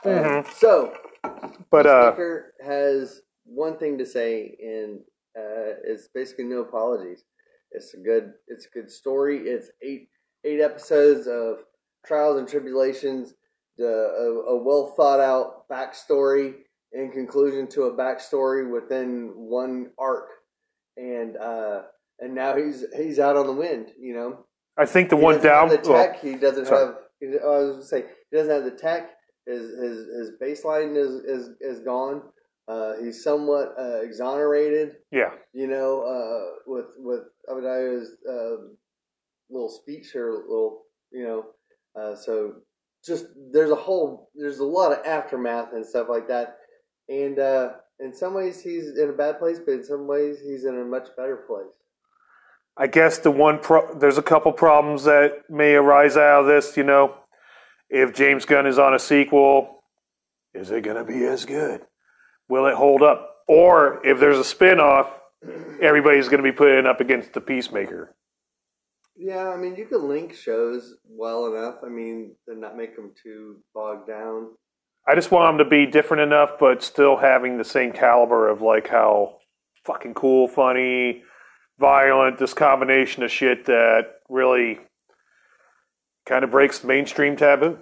Uh, so, But uh, Tucker has one thing to say, and uh, it's basically no apologies. It's a good, it's a good story. It's eight eight episodes of trials and tribulations, the, a, a well thought out backstory in conclusion to a backstory within one arc, and uh, and now he's he's out on the wind. You know, I think the he one doesn't down. Have the well, tech. he doesn't sorry. have. He, I was going to say he doesn't have the tech. His his his baseline is is is gone. Uh, he's somewhat uh, exonerated. yeah, You know, uh, with with Abadayo's um little speech or little you know, uh, so just there's a whole there's a lot of aftermath and stuff like that, and uh, in some ways he's in a bad place, but in some ways he's in a much better place. I guess the one pro- there's a couple problems that may arise out of this. You know, if James Gunn is on a sequel, is it going to be as good? Will it hold up? Or if there's a spin off, everybody's going to be putting up against the Peacemaker. Yeah, I mean, you could link shows well enough. I mean, and not make them too bogged down. I just want them to be different enough, but still having the same caliber of like how fucking cool, funny, violent, this combination of shit that really kind of breaks the mainstream taboo.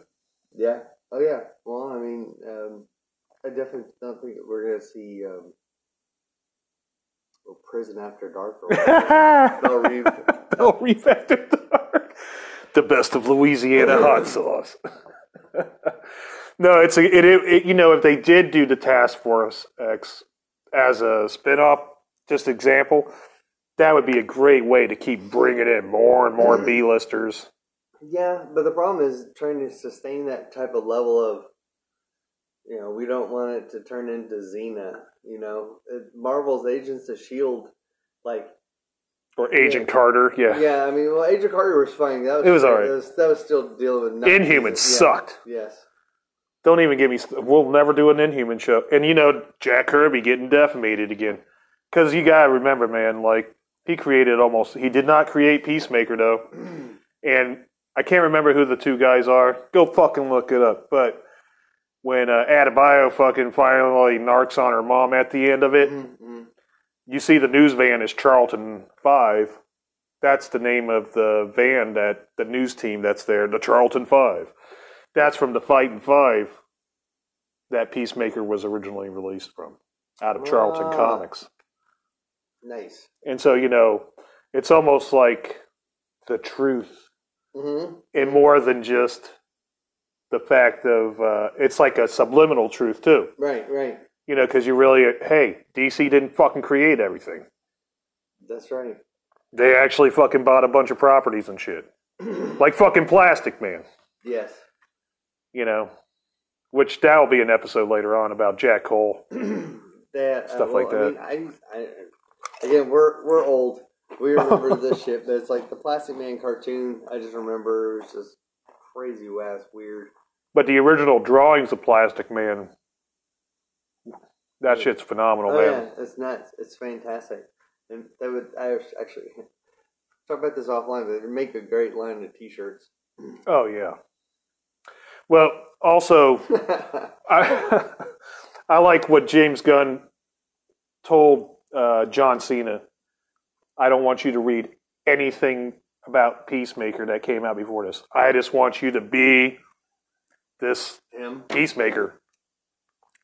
Yeah. Oh yeah. Well, I mean, um, I definitely don't think that we're gonna see um, well, Prison After Dark [laughs] or whatever. Oh, Bell Reeve. Bell Reef After Dark. The best of Louisiana [laughs] hot sauce. no, it's a, it, it, it- You know, if they did do the Task Force X as a spinoff, just example, that would be a great way to keep bringing in more and more B-listers. Yeah, but the problem is trying to sustain that type of level of, you know, we don't want it to turn into Xena. You know, It- Marvel's Agents of Shield, E like Or Agent Carter, yeah. Yeah, I mean, well, Agent Carter was fine. That was It was all right. That was, that was still dealing with nothing. Inhumans Yeah. sucked. Yes. Don't even give me. st- We'll never do an Inhuman show. And you know, Jack Kirby getting defamated again. Because you gotta remember, man, like he created almost. He did not create Peacemaker though, and I can't remember who the two guys are. Go fucking look it up. But when uh, Adebayo fucking finally narcs on her mom at the end of it, Mhm. you see the news van is Charlton Five. That's the name of the van that the news team that's there, the Charlton Five. That's from the Fighting Five that Peacemaker was originally released from, out of Charlton Ah. Comics. Nice. And so, you know, it's almost like the truth Mm-hmm. and more than just the fact of uh, it's like a subliminal truth too Right, right. you know because you really hey dc didn't fucking create everything That's right. they actually fucking bought a bunch of properties and [clears throat] shit like fucking plastic man Yes. you know which that'll be an episode later on about jack cole That Stuff uh, like well, I mean, I, I, again, we're we're old. [laughs] We remember this shit, but it's like the Plastic Man cartoon. I just remember it was just crazy ass weird. but the original drawings of plastic man that shit's phenomenal Oh man yeah, it's nuts. It's fantastic. And that would I was actually [laughs] talk about this offline, but it'd make a great line of T-shirts. oh yeah well also I, [laughs] I like what James Gunn told uh, John Cena. I don't want you to read anything about Peacemaker that came out before this. I just want you to be this Him. Peacemaker.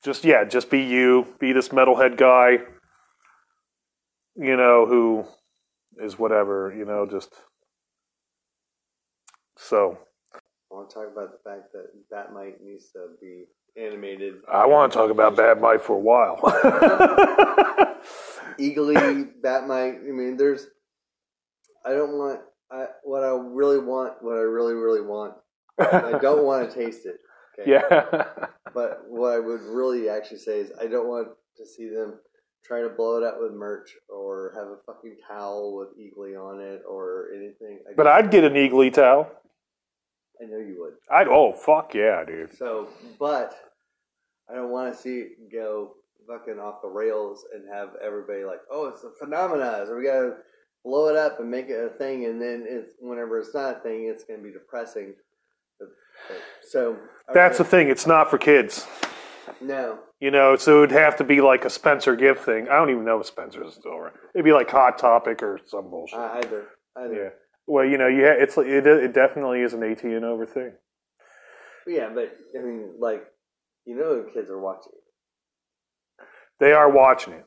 Just yeah, just be you. Be this metalhead guy. You know who is whatever. You know just so. I want to talk about the fact that that mic needs to be animated I want to talk about Bad Mike for a while. eagerly bat my i mean there's i don't want I, what i really want what i really really want i [laughs] don't want to taste it [laughs] okay? Yeah. but what i would really actually say is i don't want to see them try to blow it out with merch or have a fucking towel with eagly on it or anything I, But I'd get an eagly towel. I know you would I'd oh fuck yeah, dude. so but i don't want to see it go fucking off the rails and have everybody like oh it's a phenomena so we gotta blow it up and make it a thing, and then it's whenever it's not a thing, it's going to be depressing. So That's the thing, it's not for kids. no. You know, so it'd have to be like a Spencer gift thing. I don't even know if Spencer's still around. It'd be like Hot Topic or some bullshit. Uh, either yeah. either Well, you know, yeah, it's it, it definitely is an eighteen and over thing. yeah. but I mean, like you know, kids are watching. They are watching it.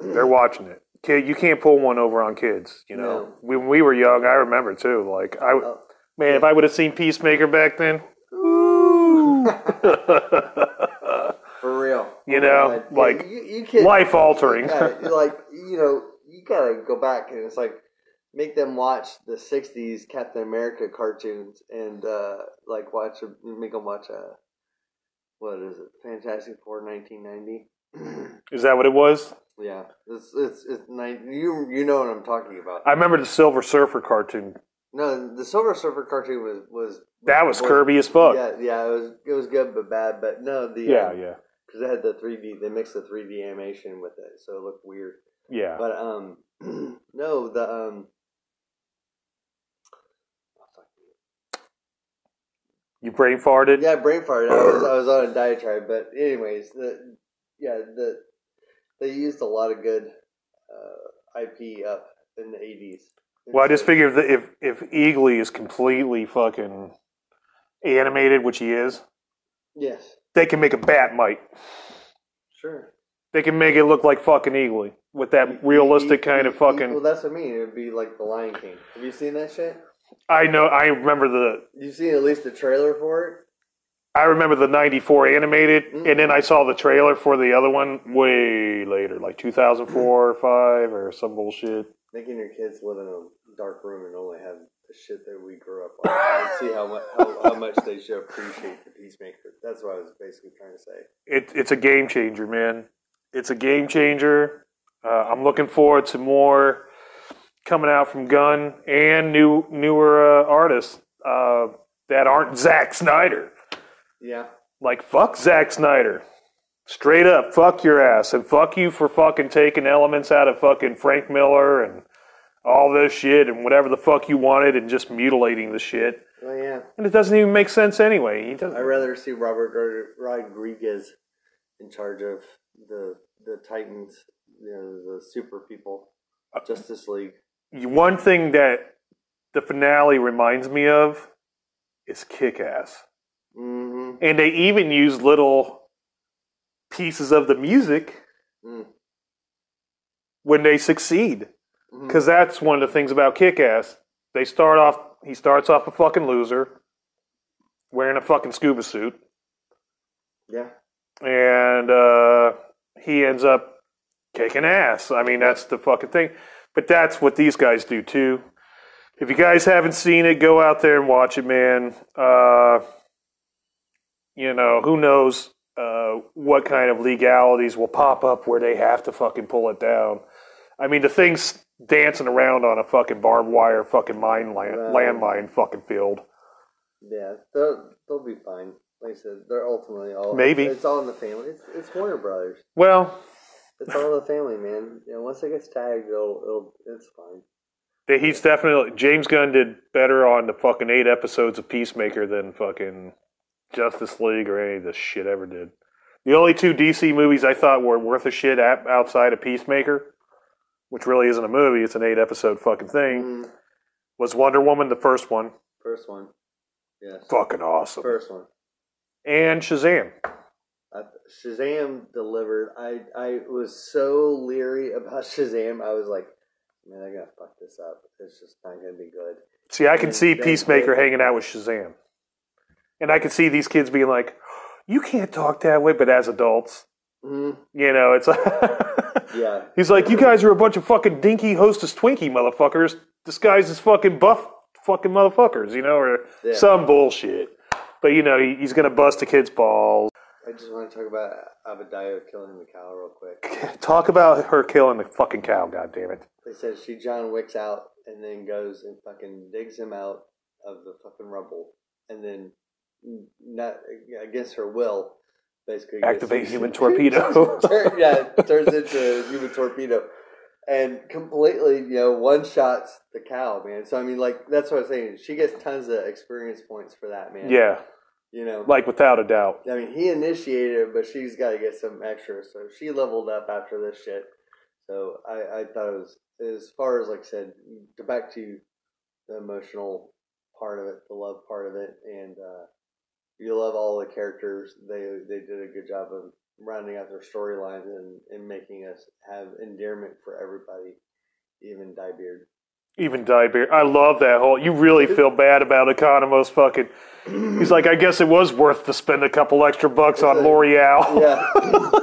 They're watching it. Kid, you can't pull one over on kids. You know, No. when we were young, I remember too. Like I, w- Oh. man, if I would have seen Peacemaker back then, [laughs] ooh. For real, You know, Yeah, like, you, you kids- life altering. Yeah, [laughs] you're like you know, you gotta go back and it's like make them watch the '60s Captain America cartoons and uh, like watch a, make them watch a what is it, Fantastic Four, 1990. Is that what it was? Yeah, it's it's it's nice. You you know what I'm talking about. I remember the Silver Surfer cartoon. no, the Silver Surfer cartoon was was That was Kirby as fuck. Yeah, yeah, it was it was good but bad. But no, the Yeah, yeah, because they had the 3D. They mixed the 3D animation with it, so it looked weird. yeah. But um, [clears throat] no, the um, You brain farted. yeah, brain fart. I was I was on a diatribe, but anyways, the yeah the they used a lot of good uh, IP up in the 80s. Well, I just figured that if if Eagly is completely fucking animated, which he is, yes, they can make a bat mite. sure. They can make it look like fucking Eagly with E-, that realistic kind of Well, fucking. that's what I mean. It would be like The Lion King. Have you seen that shit? I know. I remember the. You've seen at least the trailer for it. I remember the '94 animated, and then I saw the trailer for the other one way later, like 2004 or five or some bullshit. Making your kids live in a dark room and only have the shit that we grew up on. and see how much how, how much they should appreciate the Peacemaker. That's what I was basically trying to say. it, it's a game changer, man. It's a game changer. Uh, I'm looking forward to more coming out from Gunn and new newer uh, artists uh, that aren't Zack Snyder. Yeah, Like fuck Zack Snyder, straight up fuck your ass and fuck you for fucking taking elements out of fucking Frank Miller and all this shit and whatever the fuck you wanted and just mutilating the shit. Oh yeah, And it doesn't even make sense anyway. He doesn't. I'd rather see Robert Rod- Rodriguez in charge of the the Titans, you know, the super people, Justice League. One thing that the finale reminds me of is Kick Ass. Mm-hmm. And they even use little pieces of the music Mm. when they succeed. Mm-hmm. Because that's one of the things about Kick Ass. They start off, he starts off a fucking loser, wearing a fucking scuba suit. Yeah. and uh, he ends up kicking ass. I mean, that's the fucking thing. But that's what these guys do too. If you guys haven't seen it, go out there and watch it, man. Uh, you know, who knows uh, what kind of legalities will pop up where they have to fucking pull it down. I mean, the thing's dancing around on a fucking barbed wire fucking mine land, Right. landmine fucking field. Yeah, they'll they'll be fine. Like I said, they're ultimately all Maybe. it's all in the family. It's it's Warner Brothers. Well, It's all in the family, man. You know, once it gets tagged, it'll, it'll it's fine. That He's definitely James Gunn did better on the fucking eight episodes of Peacemaker than fucking Justice League or any of this shit ever did. The only two DC movies I thought were worth a shit ap- outside of Peacemaker, which really isn't a movie, it's an eight episode fucking thing, Mm, was Wonder Woman, the first one, first one, yes, fucking awesome, first one. and Shazam. I, Uh, Shazam delivered. I I was so leery about [laughs] Shazam. I was like, man, they're gonna fuck this up. It's just not gonna be good. See, I can see Shazam. Peacemaker hanging out with Shazam, and I can see these kids being like, "You can't talk that way," but as adults, Mm, you know, it's. [laughs] yeah, Mm-hmm. He's like, you guys are a bunch of fucking dinky hostess Twinkie motherfuckers disguised as fucking buff fucking motherfuckers, you know, or Yeah. some bullshit. But you know, he, he's gonna bust a kid's balls. I just want to talk about Abadiah killing the cow real quick. Talk about her killing the fucking cow, God damn it! They said she John Wicks out and then goes and fucking digs him out of the fucking rubble and then n- not against her will basically gets- Activate human [laughs] torpedo. Turn- yeah, it turns into a human torpedo. And completely, you know, one shots the cow, man. So I mean like that's what I'm saying. She gets tons of experience points for that, man. yeah, You know like without a doubt. I mean he initiated it, but she's gotta get some extra. So she leveled up after this shit. So I, I thought it was as far as like I said, to back to the emotional part of it, the love part of it, and uh, you love all the characters. They they did a good job of rounding out their storylines and, and making us have endearment for everybody, even Diebeard. Even Diebeer, I love that whole. You really feel bad about Economos [clears throat] fucking. He's like, I guess it was worth to spend a couple extra bucks on a- L'Oreal. Yeah, [laughs] [laughs]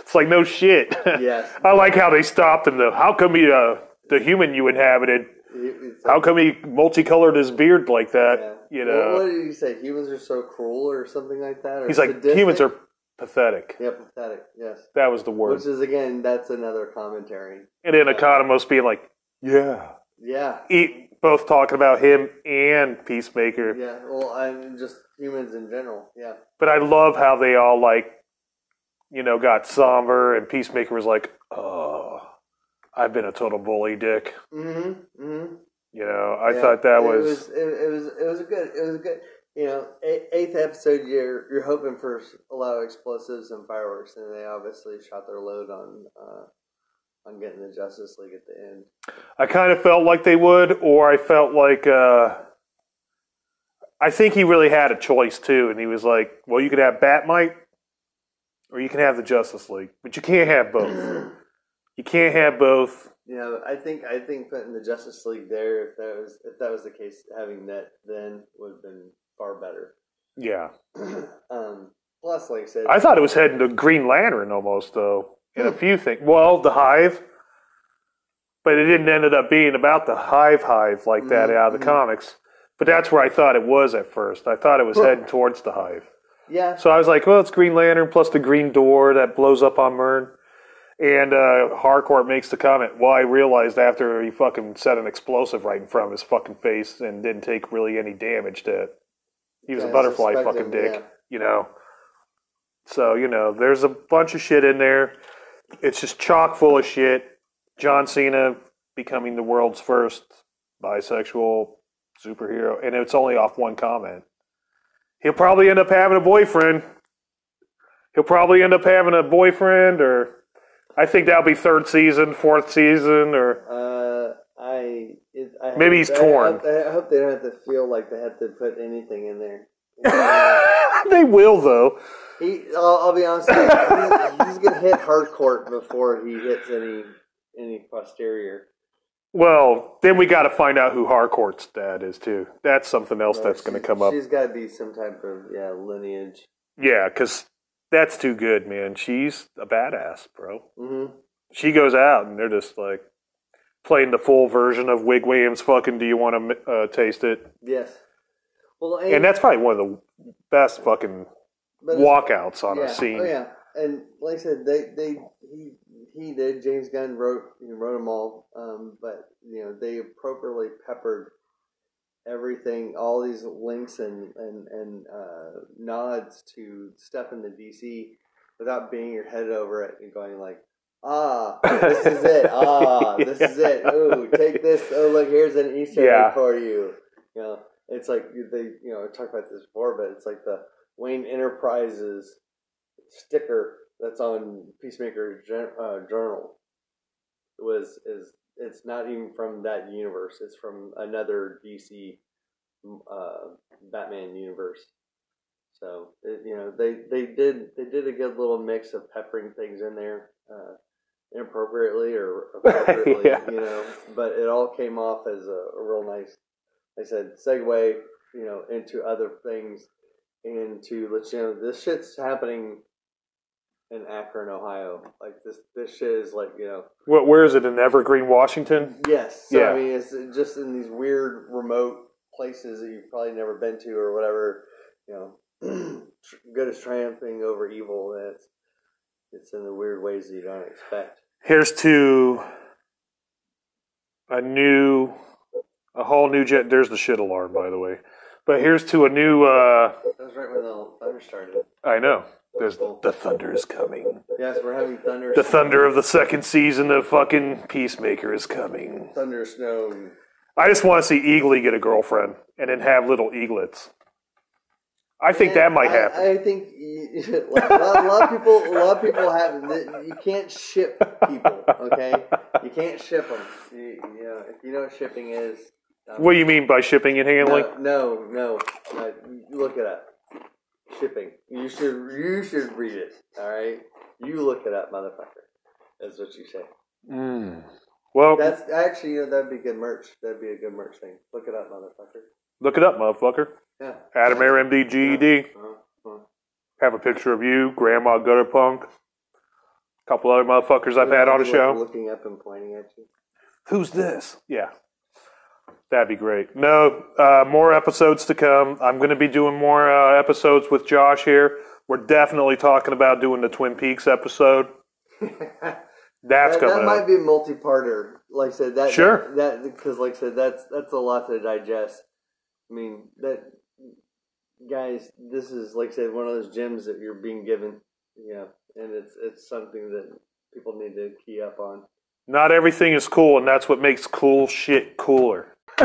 It's like no shit. yes. [laughs] I like how they stopped him though. How come he, uh, the human you inhabited? It- it's How like- come he multicolored his beard like that? yeah. You What- know, what, did he say? Humans are so cruel, or something like that. Or he's like sadistic? humans are pathetic. yeah, pathetic. Yes, That was the word. which is again that's another commentary. and then Economos being like, yeah, Yeah, he, both talking about him and Peacemaker. yeah. Well, I'm just humans in general. Yeah. But I love how they all like, you know, got somber, and Peacemaker was like, oh, I've been a total bully, Dick. Mm-hmm. Mm-hmm. You know, I Yeah, thought that it was, it, it was it was a good it was a good you know eight, eighth episode you're you're hoping for a lot of explosives and fireworks and they obviously shot their load on uh, on getting the Justice League at the end. I kind of felt like they would, or I felt like uh, I think he really had a choice too, and he was like, "Well, you could have Batmite, or you can have the Justice League, but you can't have both. you can't have both." You know I think I think putting the Justice League there if that was if that was the case having that then would have been far better. Yeah, um, plus, like I said, I thought it was heading to Green Lantern almost though in a few things. Well, the Hive, but it didn't ended up being about the Hive Hive like that Mhm, out of the mhm. comics. But that's where I thought it was at first. I thought it was heading towards the Hive. yeah, So I was like, well, it's Green Lantern plus the green door that blows up on Mern. And uh, Harcourt makes the comment. Well, I realized after he fucking set an explosive right in front of his fucking face and didn't take really any damage that he was a Yeah, butterfly suspect fucking him, dick, yeah. you know. So you know, there's a bunch of shit in there. It's just chock full of shit. John Cena becoming the world's first bisexual superhero, and it's only off one comment. He'll probably end up having a boyfriend. He'll probably end up having a boyfriend, or I think that'll be third season, fourth season, or [laughs] Uh, I, it, I hope- Maybe he's I- torn. I hope, I hope they don't have to feel like they have to put anything in there. [laughs] they will though. He, I'll, I'll be honest, with you, he's- he's gonna hit hardcourt before he hits any any posterior. Well, then we got to find out who Harcourt's dad is too. That's something else that's going to She's- come up. She's got to be some type of yeah lineage. Yeah, because that's too good, man. She's a badass, bro. hmm She goes out and they're just like playing the full version of Wig Williams. Fucking, do you want to uh, taste it? Yes. Well, and, And that's probably one of the best fucking but it's- walkouts on yeah. a scene. Oh yeah, and like I said, they they he he did. James Gunn wrote he wrote them all, um, but you know they appropriately peppered everything, all these links and and and uh, nods to stuff in the DC without being your head over it and going like. Ah, this is it. [laughs] Ah, this is it. Oh, take this. Oh, look, here's an Easter Yeah. egg for you. You know, it's like they, you know, I talked about this before, but it's like the Wayne Enterprises sticker that's on Peacemaker gen- uh, Journal was is it's not even from that universe. It's from another DC uh, Batman universe. So it, you know they they did they did a good little mix of peppering things in there uh, inappropriately or appropriately, Yeah. you know. But it all came off as a, a real nice, like I said, segue you know into other things into let you know this shit's happening in Akron, Ohio. Like this this shit is like you know What? Where is it in Evergreen, Washington? Yes. So, Yeah. I mean, it's uh, just in these weird, remote places that you've probably never been to or whatever. You know, [clears throat] tr- good is triumphing over evil. And it's it's in the weird ways that you don't expect. Here's to a new, a whole new jet. There's the shit alarm, by the way. But here's to a new. uh That was right when the thunder started. I know. There's the thunder is coming. Yes, we're having thunder. The thunder of the second season of fucking Peacemaker is coming. [laughs] thunder, snow. and- I just want to see Eagly get a girlfriend and then have little eaglets. I think that might I- happen. I, think you, [laughs] like, a, lot, a lot of people, a lot of people have. You can't ship people. Okay, you can't ship them. You, you know, if you know what shipping is, um, what do you mean by shipping and handling? No, no, no. Uh, look it up. Shipping. You should you should read it. All right. You look it up, motherfucker. That's what you say. Hmm. Well, That's actually you know, that'd be good merch. That'd be a good merch thing. Look it up, motherfucker. look it up, motherfucker. Yeah. Adam Air MD GED. Uh, uh. E Have a picture of you, Grandma Gutter Punk, a couple other motherfuckers I've had on the Like show. Looking up and pointing at you. who's this? Yeah. That'd be great. No, uh, more episodes to come. I'm going to be doing more uh, episodes with Josh here. We're definitely talking about doing the Twin Peaks [laughs] episode. That's That, that coming might up. be a multi-parter. Like I said, that Sure. That because like I said, that's that's a lot to digest. I mean, that guys, this is like I said, one of those gems that you're being given. You know, and it's it's something that people need to key up on. Not everything is cool, and that's what makes cool shit cooler. [laughs]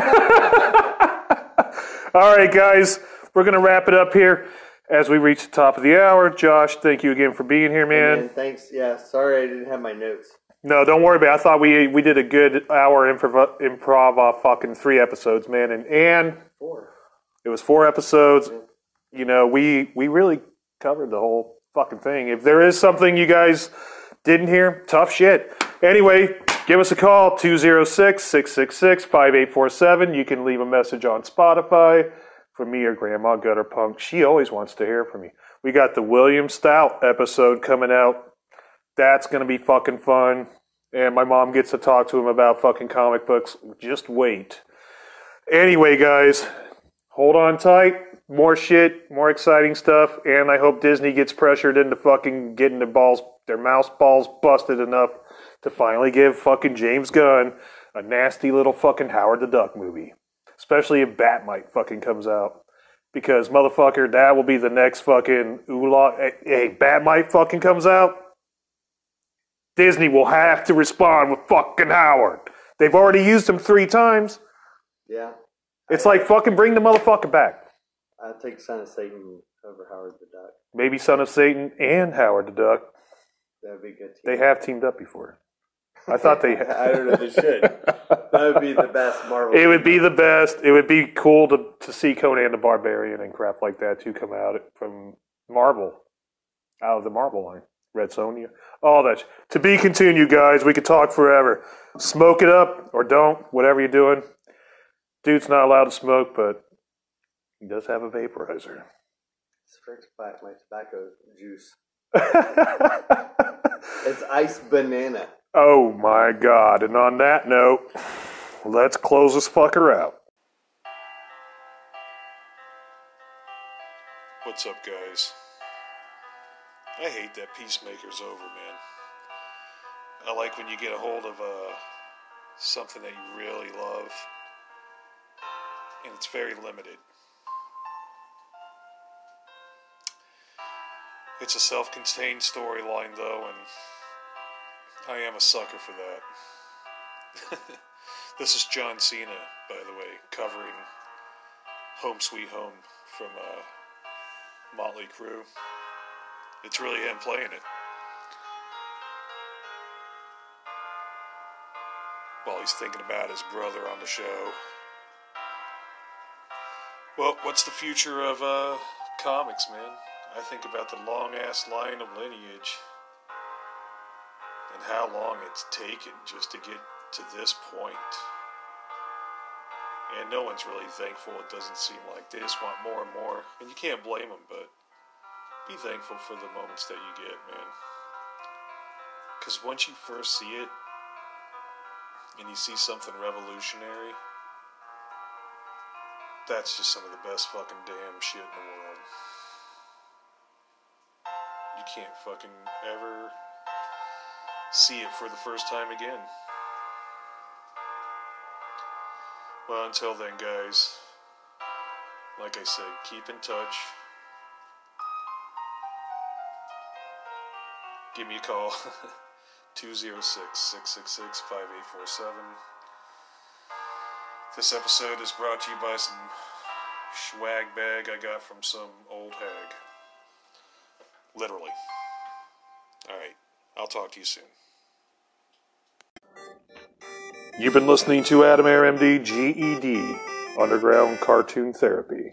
All right, guys, we're going to wrap it up here as we reach the top of the hour. Josh, thank you again for being here, man. And thanks. Yeah, sorry I didn't have my notes. No, don't worry about it. I thought we we did a good hour improv improv off fucking three episodes, man. And and Four. it was four episodes. You know, we we really covered the whole fucking thing. If there is something you guys didn't hear, tough shit. Anyway, give us a call 206-666-5847. You can leave a message on Spotify for me or Grandma Gutter Punk. She always wants to hear from you. We got the William Stout episode coming out that's going to be fucking fun. And my mom gets to talk to him about fucking comic books. Just wait. Anyway, guys, hold on tight. More shit, more exciting stuff, and I hope Disney gets pressured into fucking getting their balls, their mouse balls busted enough to finally give fucking James Gunn a nasty little fucking Howard the Duck movie. Especially if Batmite fucking comes out. Because motherfucker, that will be the next fucking oolong. Hey, hey, Batmite fucking comes out, Disney will have to respond with fucking Howard. They've already used him three times. Yeah. It's like fucking bring the motherfucker back. I take Son of Satan over Howard the Duck. Maybe Son of Satan and Howard the Duck. That'd be good. Team. They have teamed up before. I thought they. [laughs] I don't know. [laughs] They should. that would be the best Marvel. It would be the best. It would be cool to, to see Conan the Barbarian and crap like that too come out from Marvel, out of the Marvel line, Red Sonja, all that. To be continued, guys. We could talk forever. Smoke it up or don't, whatever you're doing. Dude's not allowed to smoke, but he does have a vaporizer. [laughs] Sprinkle back my tobacco juice. It's ice banana. oh my god! And on that note, let's close this fucker out. What's up, guys? I hate that Peacemaker's over, man. I like when you get a hold of uh, something that you really love, and it's very limited. It's a self contained storyline, though, and I am a sucker for that. [laughs] this is John Cena, by the way, covering Home Sweet Home from uh, Motley Crue. It's really him playing it. While he's thinking about his brother on the show. Well, what's the future of uh, comics, man? I think about the long ass line of lineage and how long it's taken just to get to this point. And no one's really thankful, it doesn't seem like. They just want more and more. And you can't blame them, but be thankful for the moments that you get, man. Because once you first see it, and you see something revolutionary, that's just some of the best fucking damn shit in the world. You can't fucking ever see it for the first time again. Well, until then, guys, like I said, keep in touch. Give me a call [laughs] 206 666 5847. This episode is brought to you by some swag bag I got from some old hag. Literally. Alright, I'll talk to you soon. You've been listening to Adam Air MD GED E Underground Cartoon Therapy.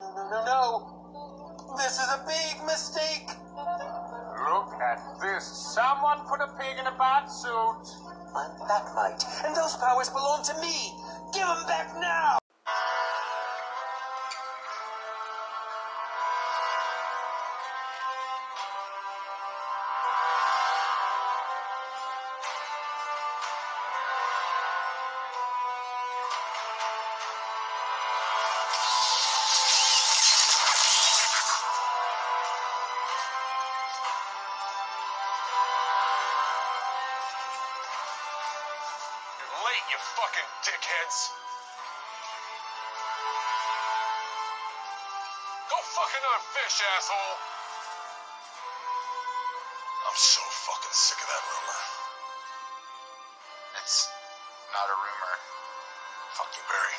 No, no. This is a big mistake. Look at this. Someone put a pig in a bat suit. I'm Batmite, and those powers belong to me. Give them back now. You're late, you fucking dickheads. Go fuck another fish, asshole. I'm so fucking sick of that rumor. It's not a rumor. Fuck you, Barry.